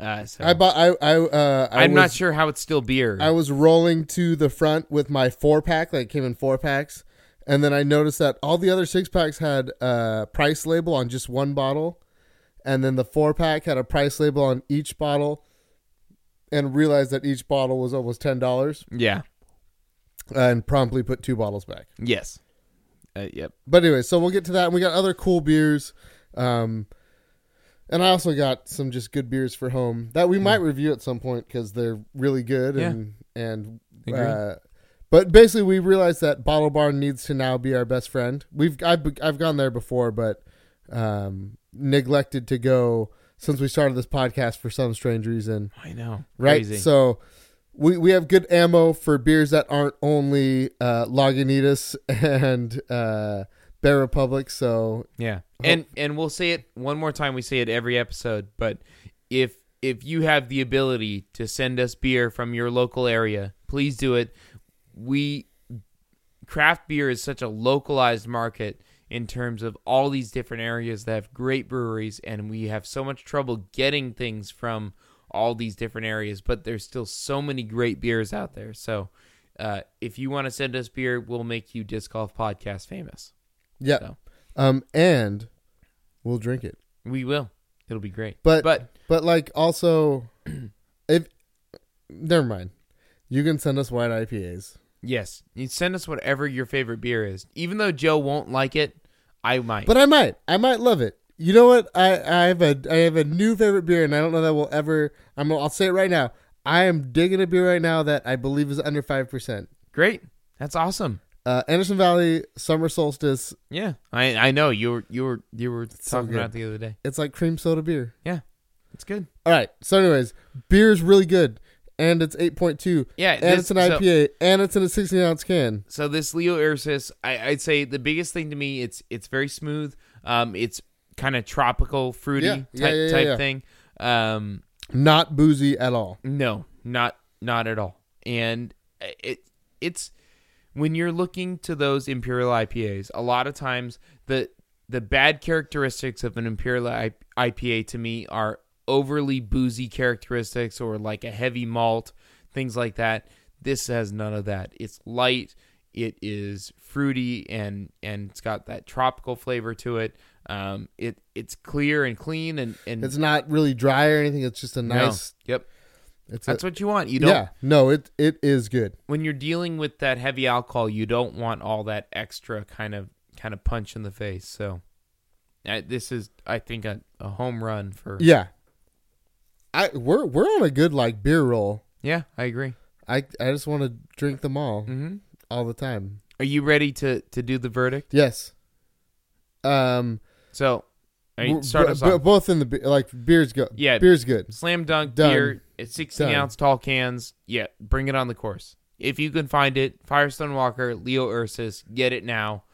[SPEAKER 1] Uh, so
[SPEAKER 2] I bought. I. I. Uh, I
[SPEAKER 1] am
[SPEAKER 2] was,
[SPEAKER 1] not sure how it's still beer.
[SPEAKER 2] I was rolling to the front with my four pack. Like it came in four packs, and then I noticed that all the other six packs had a price label on just one bottle, and then the four pack had a price label on each bottle, and realized that each bottle was almost ten dollars,
[SPEAKER 1] yeah.
[SPEAKER 2] and promptly put two bottles back.
[SPEAKER 1] Yes. Uh, yep.
[SPEAKER 2] But anyway, so we'll get to that. And we got other cool beers. Um, and I also got some just good beers for home that we might review at some point because they're really good. And, and,
[SPEAKER 1] Agreed.
[SPEAKER 2] uh, but basically we realized that Bottle Barn needs to now be our best friend. We've, I've, I've gone there before, but, um, neglected to go since we started this podcast for some strange reason,
[SPEAKER 1] I know.
[SPEAKER 2] right?
[SPEAKER 1] Crazy.
[SPEAKER 2] So we we have good ammo for beers that aren't only uh, Lagunitas and uh, Bear Republic. So
[SPEAKER 1] Yeah. And and we'll say it one more time we say it every episode, but if if you have the ability to send us beer from your local area, please do it. We craft beer is such a localized market in terms of all these different areas that have great breweries and we have so much trouble getting things from all these different areas, but there's still so many great beers out there. So uh, if you want to send us beer, we'll make you Disc Golf Podcast famous.
[SPEAKER 2] yeah,
[SPEAKER 1] So.
[SPEAKER 2] um, and we'll drink it.
[SPEAKER 1] We will. It'll be great.
[SPEAKER 2] But-
[SPEAKER 1] but
[SPEAKER 2] But like also, if never mind, you can send us white IPAs.
[SPEAKER 1] yes, you send us whatever your favorite beer is. Even though Joe won't like it, I might.
[SPEAKER 2] But I might, I might love it. You know what? I, I have a I have a new favorite beer, and I don't know that we'll ever. I'm I'll say it right now. I am digging a beer right now that I believe is under five percent.
[SPEAKER 1] great. That's awesome.
[SPEAKER 2] Uh, Anderson Valley Summer Solstice.
[SPEAKER 1] Yeah. I I know you were you were you were
[SPEAKER 2] so
[SPEAKER 1] talking
[SPEAKER 2] good.
[SPEAKER 1] about it the other day.
[SPEAKER 2] It's like cream soda beer.
[SPEAKER 1] Yeah. It's good.
[SPEAKER 2] All right. So, anyways, beer is really good, and it's eight point two,
[SPEAKER 1] Yeah.
[SPEAKER 2] and
[SPEAKER 1] this-
[SPEAKER 2] it's an
[SPEAKER 1] so-
[SPEAKER 2] IPA, and it's in a sixteen ounce can.
[SPEAKER 1] so this Leo Ursus, I, I'd say the biggest thing to me, it's it's very smooth. Um, it's kind of tropical, fruity
[SPEAKER 2] Yeah,
[SPEAKER 1] type,
[SPEAKER 2] yeah, yeah,
[SPEAKER 1] type
[SPEAKER 2] yeah.
[SPEAKER 1] thing. Um,
[SPEAKER 2] Not boozy at all.
[SPEAKER 1] No, not not at all. And it it's when you're looking to those imperial IPAs, a lot of times the the bad characteristics of an imperial I- IPA to me are overly boozy characteristics or like a heavy malt, things like that. This has none of that. It's light, it is fruity and and it's got that tropical flavor to it. Um, it it's clear and clean and and
[SPEAKER 2] It's not really dry or anything. It's just a
[SPEAKER 1] no.
[SPEAKER 2] nice.
[SPEAKER 1] Yep,
[SPEAKER 2] It's
[SPEAKER 1] that's
[SPEAKER 2] a,
[SPEAKER 1] what you want. You don't
[SPEAKER 2] yeah. No, it it is good.
[SPEAKER 1] when you're dealing with that heavy alcohol, you don't want all that extra kind of kind of punch in the face. So uh, this is, I think, a, a home run for.
[SPEAKER 2] Yeah. I we're we're on a good like beer roll.
[SPEAKER 1] Yeah, I agree.
[SPEAKER 2] I I just want to drink them all
[SPEAKER 1] hmm
[SPEAKER 2] all the time.
[SPEAKER 1] Are you ready to to do the verdict?
[SPEAKER 2] Yes. Um,
[SPEAKER 1] So, I mean,
[SPEAKER 2] we're-
[SPEAKER 1] start
[SPEAKER 2] b-
[SPEAKER 1] us
[SPEAKER 2] b-
[SPEAKER 1] off.
[SPEAKER 2] both in the be- like beer's good.
[SPEAKER 1] Yeah.
[SPEAKER 2] beer's good.
[SPEAKER 1] Slam dunk
[SPEAKER 2] Done.
[SPEAKER 1] beer. It's 16
[SPEAKER 2] Done.
[SPEAKER 1] ounce tall cans. Yeah, bring it on the course if you can find it. Firestone Walker, Leo Ursus, get it now.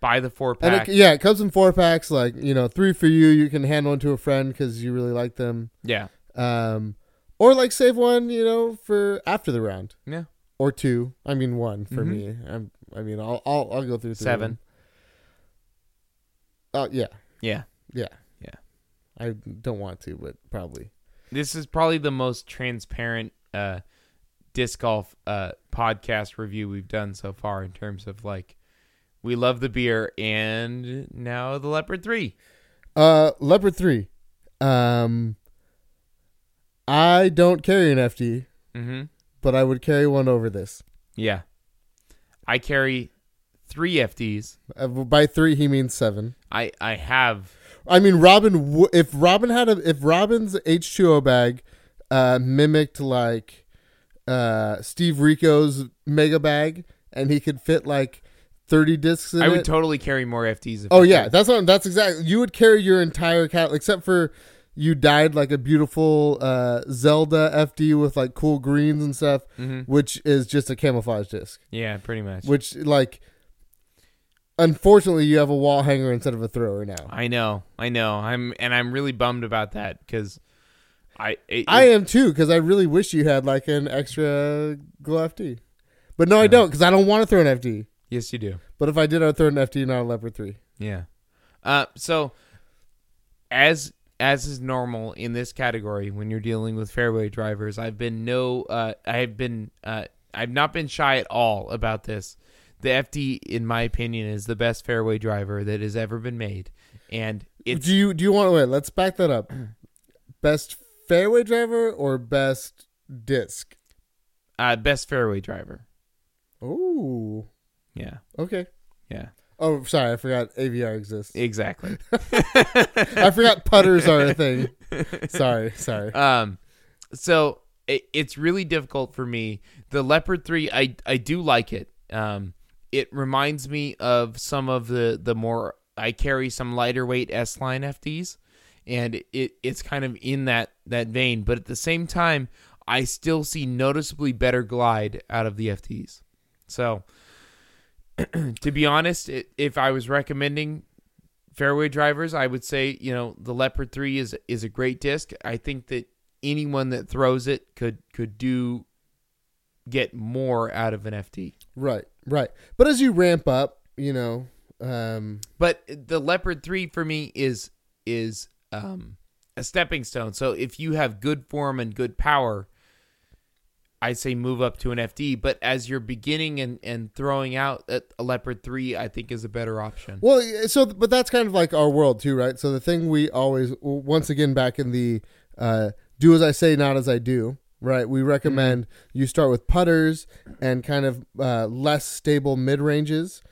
[SPEAKER 1] Buy the four
[SPEAKER 2] And
[SPEAKER 1] pack.
[SPEAKER 2] it, yeah, it comes in four packs. Like you know, three for you. You can hand one to a friend because you really like them.
[SPEAKER 1] yeah,
[SPEAKER 2] Um, or like save one. You know, for after the round
[SPEAKER 1] yeah,
[SPEAKER 2] or two. I mean, one for
[SPEAKER 1] Mhm.
[SPEAKER 2] me. I'm, I mean, I'll I'll, I'll go through three of
[SPEAKER 1] Seven.
[SPEAKER 2] them. Oh yeah,
[SPEAKER 1] yeah.
[SPEAKER 2] yeah,
[SPEAKER 1] Yeah.
[SPEAKER 2] I don't want to, but probably.
[SPEAKER 1] this is probably the most transparent uh disc golf uh podcast review we've done so far in terms of like we love the beer and now the leopard 3
[SPEAKER 2] Uh, Leopard three. Um, I don't carry an FD,
[SPEAKER 1] mm-hmm
[SPEAKER 2] but I would carry one over this.
[SPEAKER 1] yeah i carry three fds
[SPEAKER 2] Uh, by three, he means seven.
[SPEAKER 1] i i have
[SPEAKER 2] I mean, Robin. W- if Robin had a, if Robin's H two O bag, uh, mimicked like, uh, Steve Rico's mega bag, and he could fit like thirty discs in
[SPEAKER 1] i would
[SPEAKER 2] it.
[SPEAKER 1] totally carry more fds if
[SPEAKER 2] oh
[SPEAKER 1] I
[SPEAKER 2] yeah,
[SPEAKER 1] could.
[SPEAKER 2] that's what, that's exactly. You would carry your entire cat, except for you dyed like a beautiful uh, Zelda FD with like cool greens and stuff.
[SPEAKER 1] Mhm.
[SPEAKER 2] which is just a camouflage disc.
[SPEAKER 1] yeah pretty much
[SPEAKER 2] Which like, unfortunately, you have a wall hanger instead of a thrower now.
[SPEAKER 1] i know i know i'm and i'm really bummed about that because i it,
[SPEAKER 2] I am too because I really wish you had like an extra glow FD, but no, I don't because I don't want to throw an FD.
[SPEAKER 1] yes you do
[SPEAKER 2] But if I did, I'd throw an FD, not a Leopard three.
[SPEAKER 1] Yeah. Uh, so as as is normal in this category when you're dealing with fairway drivers, I've been no uh, I've been uh, I've not been shy at all about this. The FD, in my opinion, is the best fairway driver that has ever been made, and it's
[SPEAKER 2] do you do you want to wait? Let's back that up. Best fairway driver or best disc?
[SPEAKER 1] uh, best fairway driver.
[SPEAKER 2] Ooh,
[SPEAKER 1] Yeah,
[SPEAKER 2] okay.
[SPEAKER 1] yeah,
[SPEAKER 2] Oh, sorry, I forgot AVR exists.
[SPEAKER 1] exactly.
[SPEAKER 2] I forgot putters are a thing. Sorry, sorry.
[SPEAKER 1] Um, so it, it's really difficult for me. The Leopard Three, I I do like it. Um, it reminds me of some of the the more I carry some lighter weight S line FDs, and it it's kind of in that that vein. But at the same time, I still see noticeably better glide out of the FTs. So, to be honest, i if I was recommending fairway drivers, I would say you know the Leopard Three is is a great disc. I think that anyone that throws it could could do get more out of an FT.
[SPEAKER 2] Right, right. But as you ramp up, you know, um,
[SPEAKER 1] But the Leopard 3 for me is is um a stepping stone. So if you have good form and good power, I say move up to an FD, but as you're beginning and, and throwing out a a Leopard 3, I think is a better option.
[SPEAKER 2] well, yeah, so but that's kind of like our world too, right? So the thing we always, well, once again, back in the uh, do as I say, not as I do, right? We recommend you start with putters and kind of uh, less stable mid ranges.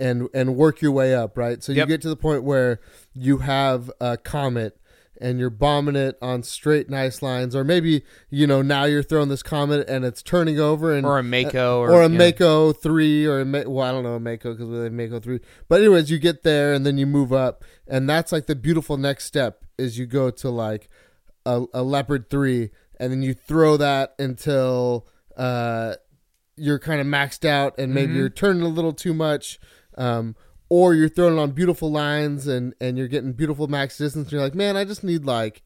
[SPEAKER 2] And, and work your way up, right? So you
[SPEAKER 1] Yep.
[SPEAKER 2] get to the point where you have a comet and you're bombing it on straight, nice lines, or maybe you know now you're throwing this comet and it's turning over and
[SPEAKER 1] Or a Mako or,
[SPEAKER 2] uh, or a
[SPEAKER 1] you know.
[SPEAKER 2] Mako three, or a Ma- well, I don't know a Mako because we have Mako three. But anyways, you get there and then you move up, and that's like the beautiful next step is you go to like a, a leopard three, and then you throw that until uh, you're kind of maxed out, and maybe you're turning a little too much, um, or you're throwing it on beautiful lines, and and you're getting beautiful max distance. And you're like, man, I just need like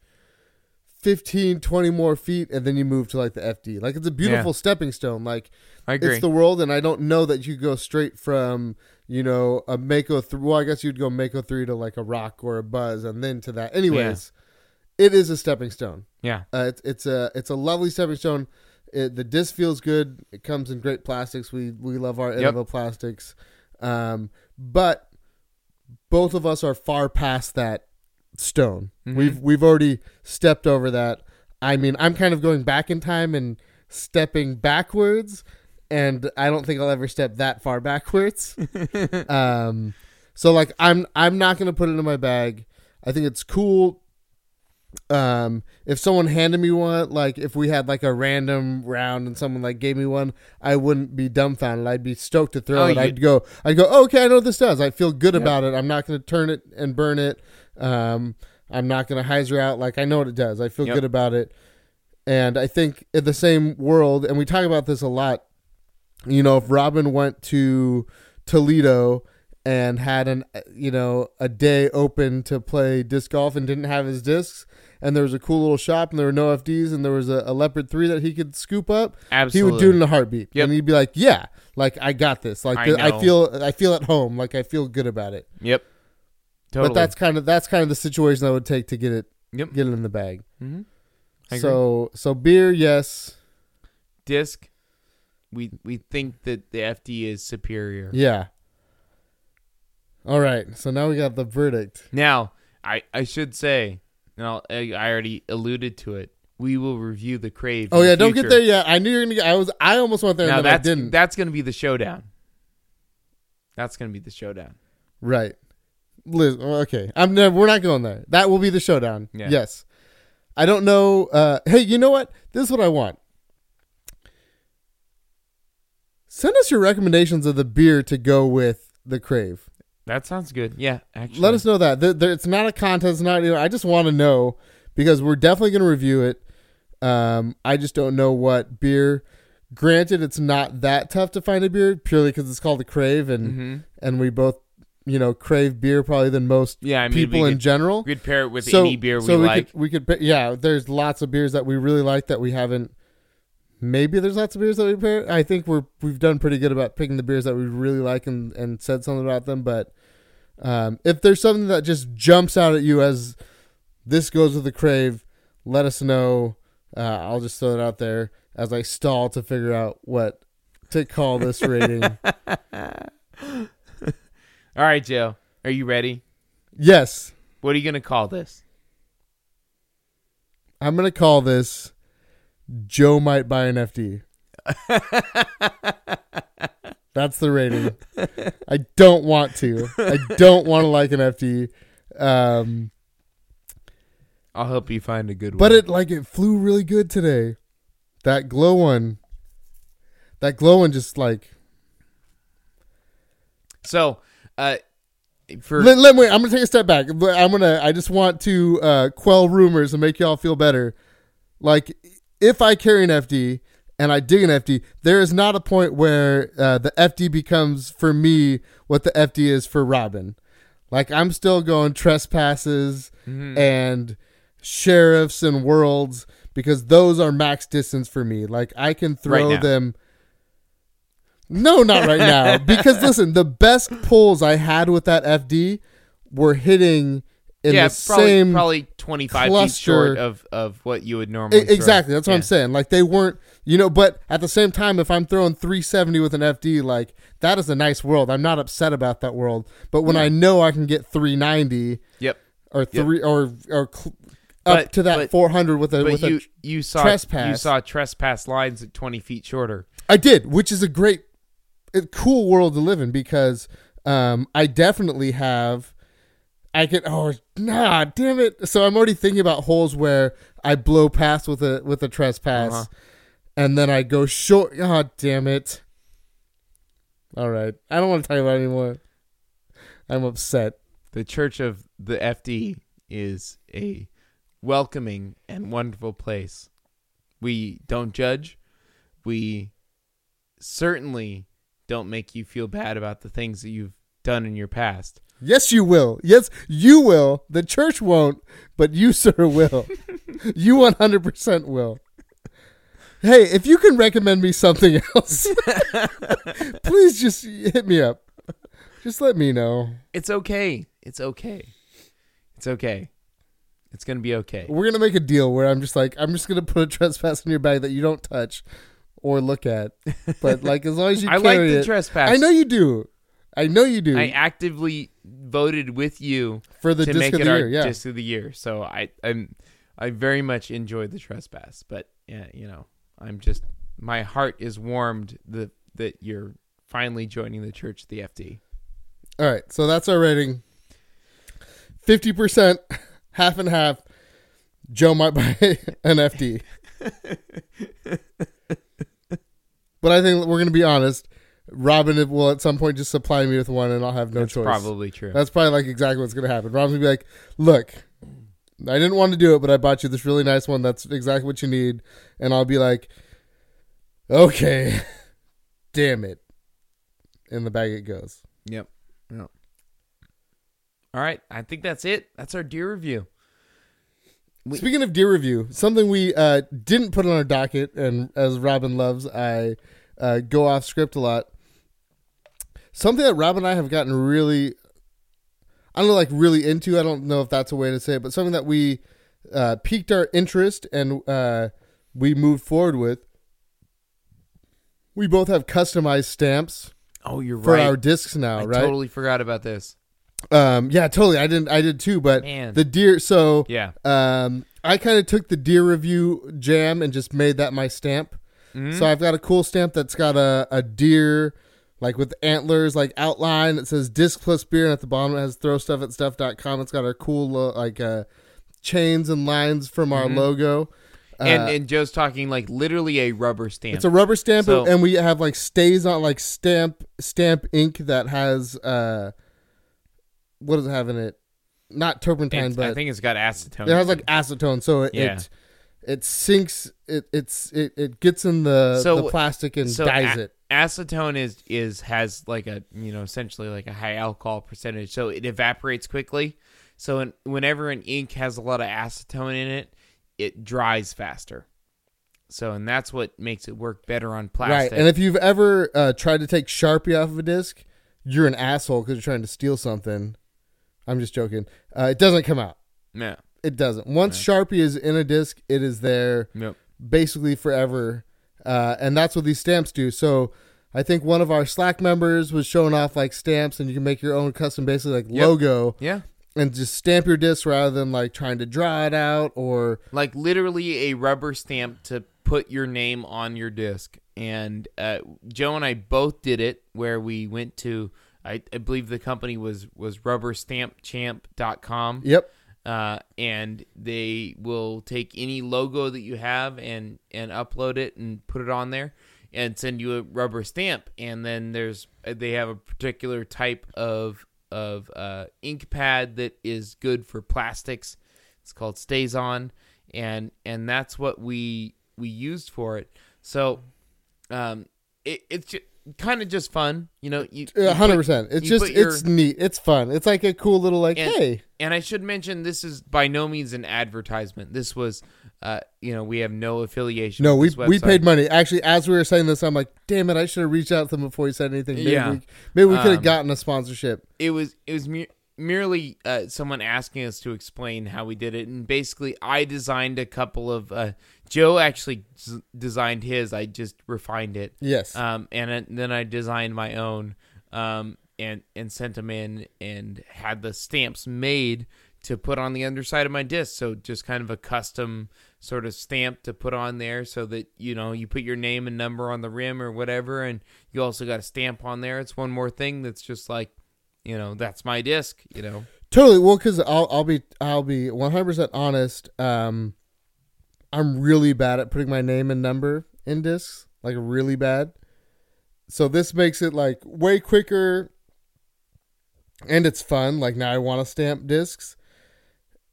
[SPEAKER 2] 15 20 more feet and then you move to like the fd like it's a beautiful stepping stone like
[SPEAKER 1] I agree.
[SPEAKER 2] it's the world and i don't know that you go straight from you know a mako 3 well i guess you'd go mako 3 to like a rock or a buzz and then to that anyways it is a stepping stone
[SPEAKER 1] yeah.
[SPEAKER 2] uh, it's it's a it's a lovely stepping stone it, the disc feels good it comes in great plastics we we love our
[SPEAKER 1] Yep.
[SPEAKER 2] Innova plastics um, but both of us are far past that stone
[SPEAKER 1] Mhm.
[SPEAKER 2] we've we've already stepped over that i mean i'm kind of going back in time and stepping backwards and i don't think i'll ever step that far backwards um so like i'm i'm not gonna put it in my bag i think it's cool um if someone handed me one like if we had like a random round and someone like gave me one i wouldn't be dumbfounded i'd be stoked to throw
[SPEAKER 1] Oh,
[SPEAKER 2] it
[SPEAKER 1] you-
[SPEAKER 2] i'd go i'd go "Oh, okay i know what this does i feel good about it i'm not gonna turn it and burn it um i'm not gonna hyzer out like i know what it does i feel
[SPEAKER 1] Yep.
[SPEAKER 2] good about it and i think in the same world and we talk about this a lot you know if robin went to toledo and had an uh, you know a day open to play disc golf and didn't have his discs and there was a cool little shop and there were no fds and there was a, a leopard 3 that he could scoop up
[SPEAKER 1] Absolutely.
[SPEAKER 2] he would do it in a heartbeat
[SPEAKER 1] Yep.
[SPEAKER 2] and he'd be like yeah like i got this like
[SPEAKER 1] I
[SPEAKER 2] th- I
[SPEAKER 1] know.
[SPEAKER 2] feel i feel at home like i feel good about it
[SPEAKER 1] Yep. Totally.
[SPEAKER 2] but that's kind of that's kind of the situation I would take to get it
[SPEAKER 1] Yep.
[SPEAKER 2] get it in the bag.
[SPEAKER 1] Mhm. I agree.
[SPEAKER 2] So so beer, yes,
[SPEAKER 1] disc we we think that the FD is superior.
[SPEAKER 2] yeah. All right, so now we got the verdict.
[SPEAKER 1] Now, I, I should say, and I'll, I I already alluded to it. We will review the crave.
[SPEAKER 2] Oh
[SPEAKER 1] in
[SPEAKER 2] yeah,
[SPEAKER 1] the
[SPEAKER 2] don't
[SPEAKER 1] future.
[SPEAKER 2] get there yet. I knew you're gonna. Get, I was. I almost went there,
[SPEAKER 1] Now
[SPEAKER 2] and then I
[SPEAKER 1] that's
[SPEAKER 2] didn't.
[SPEAKER 1] that's going to be the showdown. That's going to be the showdown.
[SPEAKER 2] right. Liz, oh, okay, I'm. Never, we're not going there. That will be the showdown.
[SPEAKER 1] Yeah.
[SPEAKER 2] Yes. I don't know. Uh, hey, you know what? This is what I want. Send us your recommendations of the beer to go with the crave.
[SPEAKER 1] That sounds good. Yeah, actually,
[SPEAKER 2] Let us know that. Th there, it's not a contest. Not you know, I just want to know because we're definitely going to review it. Um, I just don't know what beer. Granted, it's not that tough to find a beer purely because it's called a crave, and
[SPEAKER 1] hmm
[SPEAKER 2] and we both you know crave beer probably than most
[SPEAKER 1] Yeah, I mean,
[SPEAKER 2] people
[SPEAKER 1] we
[SPEAKER 2] in
[SPEAKER 1] could,
[SPEAKER 2] general.
[SPEAKER 1] we could pair it with any beer we,
[SPEAKER 2] so
[SPEAKER 1] like.
[SPEAKER 2] Could, we could pa- yeah. There's lots of beers that we really like that we haven't. Maybe there's lots of beers that we pair. I think we're we've done pretty good about picking the beers that we really like and and said something about them. But um, if there's something that just jumps out at you as this goes with the crave, let us know. Uh, I'll just throw it out there as I stall to figure out what to call this rating.
[SPEAKER 1] All right, Joe, are you ready?
[SPEAKER 2] yes,
[SPEAKER 1] What are you going to call this?
[SPEAKER 2] I'm gonna call this. Joe might buy an FD. That's the rating. I don't want to. I don't want to like an FD. Um,
[SPEAKER 1] I'll help you find a good one.
[SPEAKER 2] but it like it flew really good today. That glow one. That glow one just like
[SPEAKER 1] So, uh, for
[SPEAKER 2] Let, let- wait, I'm gonna take a step back. But I'm gonna. I just want to uh, quell rumors and make y'all feel better. Like, if I carry an FD and I dig an FD, there is not a point where uh, the FD becomes for me what the FD is for Robin. Like, I'm still going trespasses
[SPEAKER 1] Mm-hmm.
[SPEAKER 2] and sheriffs and worlds because those are max distance for me. Like, I can throw
[SPEAKER 1] now.
[SPEAKER 2] them. No, not right now. Because listen, the best pulls I had with that FD were hitting in
[SPEAKER 1] yeah,
[SPEAKER 2] the
[SPEAKER 1] probably
[SPEAKER 2] same
[SPEAKER 1] probably twenty five feet
[SPEAKER 2] cluster-
[SPEAKER 1] short of of what you would normally
[SPEAKER 2] E-
[SPEAKER 1] throw.
[SPEAKER 2] exactly. That's what
[SPEAKER 1] Yeah.
[SPEAKER 2] I'm saying. Like they weren't, you know. But at the same time, if I'm throwing 370 with an FD, like that is a nice world. I'm not upset about that world. But when I know I can get 390
[SPEAKER 1] Yep.
[SPEAKER 2] or three or or cl- up
[SPEAKER 1] But-
[SPEAKER 2] to that
[SPEAKER 1] but-
[SPEAKER 2] 400 with a
[SPEAKER 1] But
[SPEAKER 2] with a
[SPEAKER 1] you you saw you
[SPEAKER 2] trespass.
[SPEAKER 1] saw trespass lines at twenty feet shorter.
[SPEAKER 2] I did, which is a great, a cool world to live in because um, I definitely have. I could oh nah damn it so I'm already thinking about holes where I blow past with a with a trespass
[SPEAKER 1] Uh-huh.
[SPEAKER 2] and then I go short oh damn it all right I don't want to talk about it anymore I'm upset
[SPEAKER 1] The Church of the FD is a welcoming and wonderful place. We don't judge. We certainly don't make you feel bad about the things that you've done in your past.
[SPEAKER 2] yes you will yes you will the church won't but you sir will you 100% will hey if you can recommend me something else please just hit me up just let me know
[SPEAKER 1] It's okay. It's okay. It's okay. It's going to be okay.
[SPEAKER 2] We're gonna make a deal where I'm just like I'm just gonna put a trespass in your bag that you don't touch or look at, but like as long as you
[SPEAKER 1] I
[SPEAKER 2] carry
[SPEAKER 1] like the
[SPEAKER 2] it,
[SPEAKER 1] trespass.
[SPEAKER 2] I know you do, I know you do
[SPEAKER 1] I actively voted with you
[SPEAKER 2] for the
[SPEAKER 1] to
[SPEAKER 2] disc
[SPEAKER 1] make
[SPEAKER 2] of
[SPEAKER 1] it
[SPEAKER 2] the
[SPEAKER 1] our
[SPEAKER 2] year. Yeah,
[SPEAKER 1] disc of the year. So I I'm I very much enjoyed the trespass, but yeah, you know, I'm just my heart is warmed that that you're finally joining the church, of the FD.
[SPEAKER 2] all right. So that's our rating. Fifty percent, half and half. Joe might buy an FD, but I think we're gonna be honest. Robin will at some point just supply me with one, and I'll have no
[SPEAKER 1] That's
[SPEAKER 2] choice.
[SPEAKER 1] probably true.
[SPEAKER 2] That's probably like exactly what's gonna happen. Rob's gonna be like, "Look, I didn't want to do it, but I bought you this really nice one. That's exactly what you need." And I'll be like, "Okay, damn it." In the bag it goes.
[SPEAKER 1] Yep. Yep. All right, I think that's it. That's our deer review. We-
[SPEAKER 2] Speaking of deer review, something we uh, didn't put on our docket, and as Robin loves, I uh, go off script a lot. Something that Robin and I have gotten really, I don't know, like really into. I don't know if that's a way to say it, but something that we uh, piqued our interest and uh, we moved forward with. We both have customized stamps
[SPEAKER 1] Oh, you're
[SPEAKER 2] for
[SPEAKER 1] right.
[SPEAKER 2] our discs now,
[SPEAKER 1] I
[SPEAKER 2] right?
[SPEAKER 1] totally forgot about this.
[SPEAKER 2] Um, yeah, totally. I didn't. I did too, but
[SPEAKER 1] Man.
[SPEAKER 2] the deer. So
[SPEAKER 1] Yeah.
[SPEAKER 2] um, I kind of took the deer review jam and just made that my stamp.
[SPEAKER 1] Mm-hmm.
[SPEAKER 2] So I've got a cool stamp that's got a, a deer, like with antlers, like outline. It says disc plus beer, and at the bottom it has throw stuff at stuff.com. It's got our cool, lo- like, uh, chains and lines from our logo. Uh,
[SPEAKER 1] Mm-hmm. and and Joe's talking like literally a rubber stamp.
[SPEAKER 2] it's a rubber stamp,
[SPEAKER 1] So-
[SPEAKER 2] and we have like stays on like stamp stamp ink that has uh, what does it have in it? Not turpentine,
[SPEAKER 1] It's-
[SPEAKER 2] but
[SPEAKER 1] I think it's got acetone.
[SPEAKER 2] it has like acetone, so it
[SPEAKER 1] Yeah.
[SPEAKER 2] it, it sinks. It it's it, it gets in the,
[SPEAKER 1] So-
[SPEAKER 2] the plastic and
[SPEAKER 1] so
[SPEAKER 2] dyes
[SPEAKER 1] a-
[SPEAKER 2] it.
[SPEAKER 1] acetone is is has like a you know essentially like a high alcohol percentage so it evaporates quickly so in, whenever an ink has a lot of acetone in it it dries faster so and that's what makes it work better on
[SPEAKER 2] Right,
[SPEAKER 1] plastic
[SPEAKER 2] and if you've ever uh, tried to take Sharpie off of a disc, you're an asshole because you're trying to steal something. I'm just joking. Uh, it doesn't come out.
[SPEAKER 1] yeah
[SPEAKER 2] It doesn't. Once Sharpie is in a disc, it is there.
[SPEAKER 1] Yep.
[SPEAKER 2] basically forever. Uh, and that's what these stamps do. So I think one of our Slack members was showing off like stamps, and you can make your own custom, basically like
[SPEAKER 1] Yep.
[SPEAKER 2] logo,
[SPEAKER 1] yeah
[SPEAKER 2] and just stamp your disc rather than like trying to draw it out or
[SPEAKER 1] like literally a rubber stamp to put your name on your disc. And uh, Joe and I both did it where we went to, I, I believe the company was was rubberstampchamp.com.
[SPEAKER 2] yep.
[SPEAKER 1] Uh, and they will take any logo that you have and and upload it and put it on there and send you a rubber stamp. And then there's they have a particular type of of uh, ink pad that is good for plastics. It's called Stays On, and and that's what we we used for it. So, um, it, it's kind of just fun, you know. You you
[SPEAKER 2] hundred
[SPEAKER 1] put-
[SPEAKER 2] percent. It's
[SPEAKER 1] you
[SPEAKER 2] just
[SPEAKER 1] put your-
[SPEAKER 2] it's neat. It's fun. It's like a cool little like
[SPEAKER 1] and,
[SPEAKER 2] hey.
[SPEAKER 1] and I should mention this is by no means an advertisement. This was, uh, you know, we have no affiliation.
[SPEAKER 2] No, we
[SPEAKER 1] with this
[SPEAKER 2] we
[SPEAKER 1] website.
[SPEAKER 2] paid money. Actually, as we were saying this, I'm like, damn it, I should have reached out to them before he said anything. Maybe
[SPEAKER 1] Yeah.
[SPEAKER 2] we, maybe we could have
[SPEAKER 1] Um,
[SPEAKER 2] gotten a sponsorship.
[SPEAKER 1] it was it was mere, merely uh, someone asking us to explain how we did it, and basically I designed a couple of. Uh, Joe actually s- designed his. I just refined it,
[SPEAKER 2] Yes.
[SPEAKER 1] um, and then- then I designed my own, um, and and sent them in and had the stamps made to put on the underside of my disc. So just kind of a custom sort of stamp to put on there, so that you know you put your name and number on the rim or whatever, and you also got a stamp on there. It's one more thing that's just like you know that's my disc you know
[SPEAKER 2] Totally. Well, because I'll I'll be I'll be one hundred percent honest. Um, I'm really bad at putting my name and number in discs, like really bad. So this makes it like way quicker, and it's fun. Like now I want to stamp discs,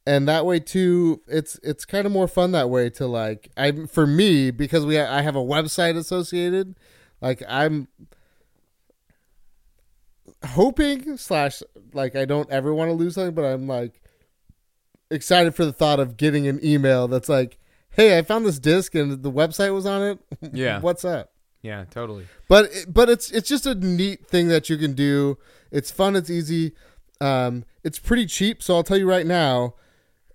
[SPEAKER 2] and that way too, it's it's kind of more fun that way to like I for me because we ha- I have a website associated. Like I'm hoping slash like I don't ever want to lose something, but I'm like excited for the thought of getting an email that's like, "Hey, I found this disc and the website was on it.
[SPEAKER 1] Yeah.
[SPEAKER 2] what's up?"
[SPEAKER 1] yeah totally
[SPEAKER 2] But it- but it's it's just a neat thing that you can do. It's fun. It's easy. Um, it's pretty cheap. So I'll tell you right now,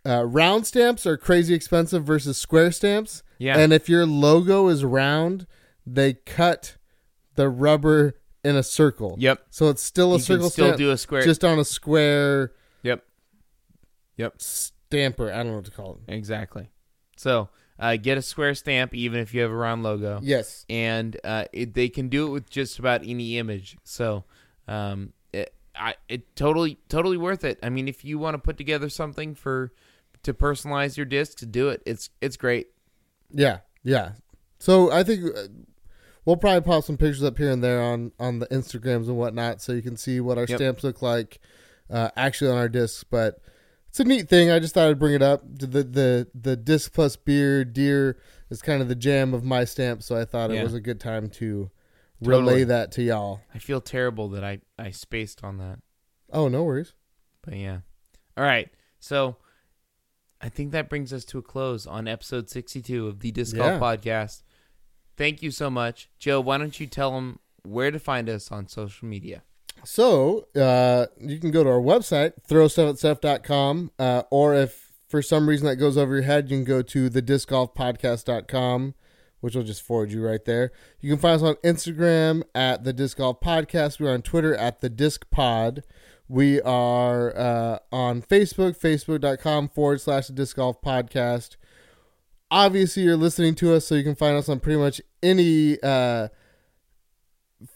[SPEAKER 2] uh, round stamps are crazy expensive versus square stamps.
[SPEAKER 1] Yeah.
[SPEAKER 2] And if your logo is round, they cut the rubber in a circle.
[SPEAKER 1] yep
[SPEAKER 2] So it's still a
[SPEAKER 1] you
[SPEAKER 2] circle
[SPEAKER 1] can still
[SPEAKER 2] stamp,
[SPEAKER 1] do a square
[SPEAKER 2] just on a square
[SPEAKER 1] yep
[SPEAKER 2] stamper. I don't know what to call it.
[SPEAKER 1] exactly so uh, get a square stamp even if you have a round logo
[SPEAKER 2] Yes,
[SPEAKER 1] and uh, it, they can do it with just about any image. So, um, it, I it totally totally worth it. I mean, if you want to put together something for to personalize your discs, do it. It's it's great.
[SPEAKER 2] yeah, yeah. So I think uh, we'll probably pop some pictures up here and there on on the Instagrams and whatnot, so you can see what our
[SPEAKER 1] Yep.
[SPEAKER 2] stamps look like uh, actually on our discs. But it's a neat thing. I just thought I'd bring it up. The the the disc plus beer deer is kind of the jam of my stamp, so I thought
[SPEAKER 1] Yeah.
[SPEAKER 2] it was a good time to
[SPEAKER 1] Totally.
[SPEAKER 2] relay that to y'all.
[SPEAKER 1] I feel terrible that I I spaced on that,
[SPEAKER 2] Oh, no worries.
[SPEAKER 1] but yeah. All right, so I think that brings us to a close on episode sixty-two of the Disc
[SPEAKER 2] Yeah.
[SPEAKER 1] Golf Podcast. Thank you so much, Joe. Why don't you tell them where to find us on social media?
[SPEAKER 2] So uh, you can go to our website, throwstuffitstuff.com, uh, or if for some reason that goes over your head, you can go to thediscgolfpodcast.com, which will just forward you right there. You can find us on Instagram at the Disc Golf Podcast. We're on Twitter at the Disc Pod. We are uh, on Facebook, facebook.com forward slash the Disc Golf Podcast. Obviously, you're listening to us, so you can find us on pretty much any. Uh,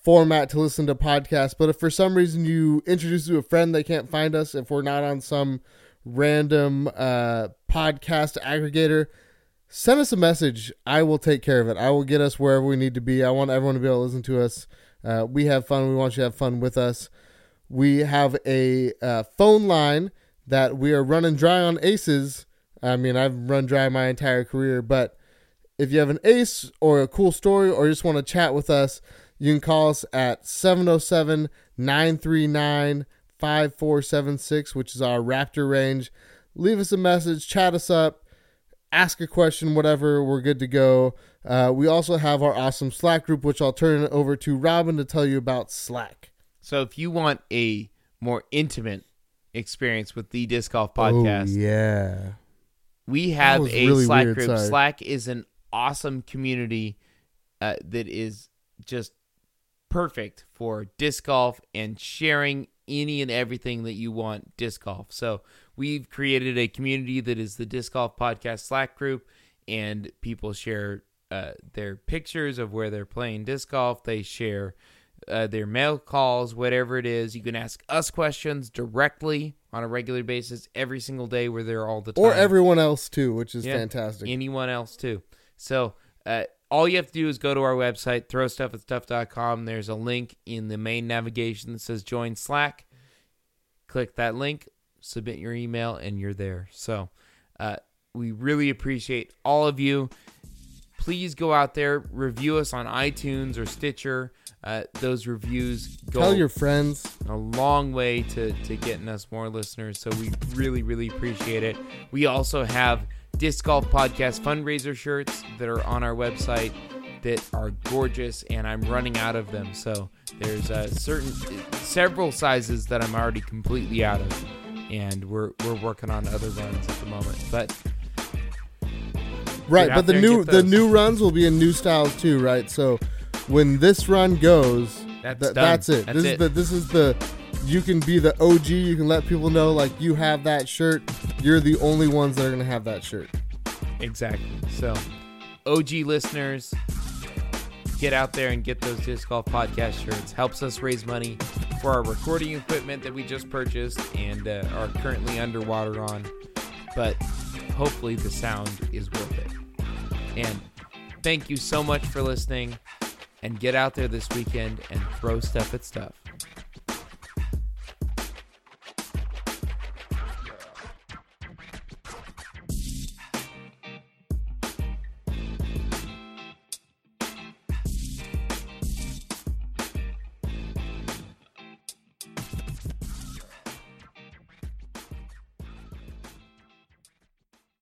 [SPEAKER 2] format to listen to podcasts. But if for some reason you introduce it to a friend, they can't find us. If we're not on some random uh, podcast aggregator, send us a message. I will take care of it. I will get us wherever we need to be. I want everyone to be able to listen to us. Uh, we have fun. We want you to have fun with us. We have a uh, phone line that we are running dry on aces. I mean, I've run dry my entire career, but if you have an ace or a cool story or just want to chat with us, you can call us at 707 939 5476, which is our Raptor range. Leave us a message, chat us up, ask a question, whatever. We're good to go. Uh, we also have our awesome Slack group, which I'll turn it over to Robin to tell you about Slack.
[SPEAKER 1] So if you want a more intimate experience with the disc golf
[SPEAKER 2] Oh,
[SPEAKER 1] podcast,
[SPEAKER 2] yeah.
[SPEAKER 1] we have
[SPEAKER 2] was
[SPEAKER 1] a
[SPEAKER 2] really
[SPEAKER 1] Slack
[SPEAKER 2] weird,
[SPEAKER 1] group.
[SPEAKER 2] sorry.
[SPEAKER 1] Slack is an awesome community uh, that is just perfect for disc golf and sharing any and everything that you want disc golf. So we've created a community that is the disc golf podcast Slack group, and people share uh, their pictures of where they're playing disc golf. They share uh, their mail calls, whatever it is. You can ask us questions directly on a regular basis every single day. We're there all the time
[SPEAKER 2] Or everyone else, too, which is
[SPEAKER 1] Yeah.
[SPEAKER 2] fantastic.
[SPEAKER 1] anyone else too. So uh, all you have to do is go to our website, throwstuff at stuff.com. There's a link in the main navigation that says join Slack. Click that link, submit your email, and you're there. So uh, we really appreciate all of you. Please go out there, review us on iTunes or Stitcher. Uh, those reviews go
[SPEAKER 2] Tell your friends.
[SPEAKER 1] a long way to, to getting us more listeners. So we really, really appreciate it. We also have Disc Golf Podcast fundraiser shirts that are on our website that are gorgeous, and I'm running out of them. So there's uh, certain several sizes that I'm already completely out of, and we're we're working on other runs at the moment. But
[SPEAKER 2] Right,
[SPEAKER 1] Get
[SPEAKER 2] but
[SPEAKER 1] out
[SPEAKER 2] the
[SPEAKER 1] there and
[SPEAKER 2] new
[SPEAKER 1] get
[SPEAKER 2] the
[SPEAKER 1] those.
[SPEAKER 2] new runs will be in new styles too, right? So when this run goes,
[SPEAKER 1] That's done.
[SPEAKER 2] tha- that's it.
[SPEAKER 1] That's
[SPEAKER 2] this is
[SPEAKER 1] it.
[SPEAKER 2] the this is the you can be the OG, you can let people know like you have that shirt. You're the only ones that are going to have that shirt.
[SPEAKER 1] Exactly. So, OG listeners, get out there and get those disc golf podcast shirts. Helps us raise money for our recording equipment that we just purchased and uh, are currently underwater on. But hopefully, the sound is worth it. And thank you so much for listening. And get out there this weekend and throw stuff at stuff.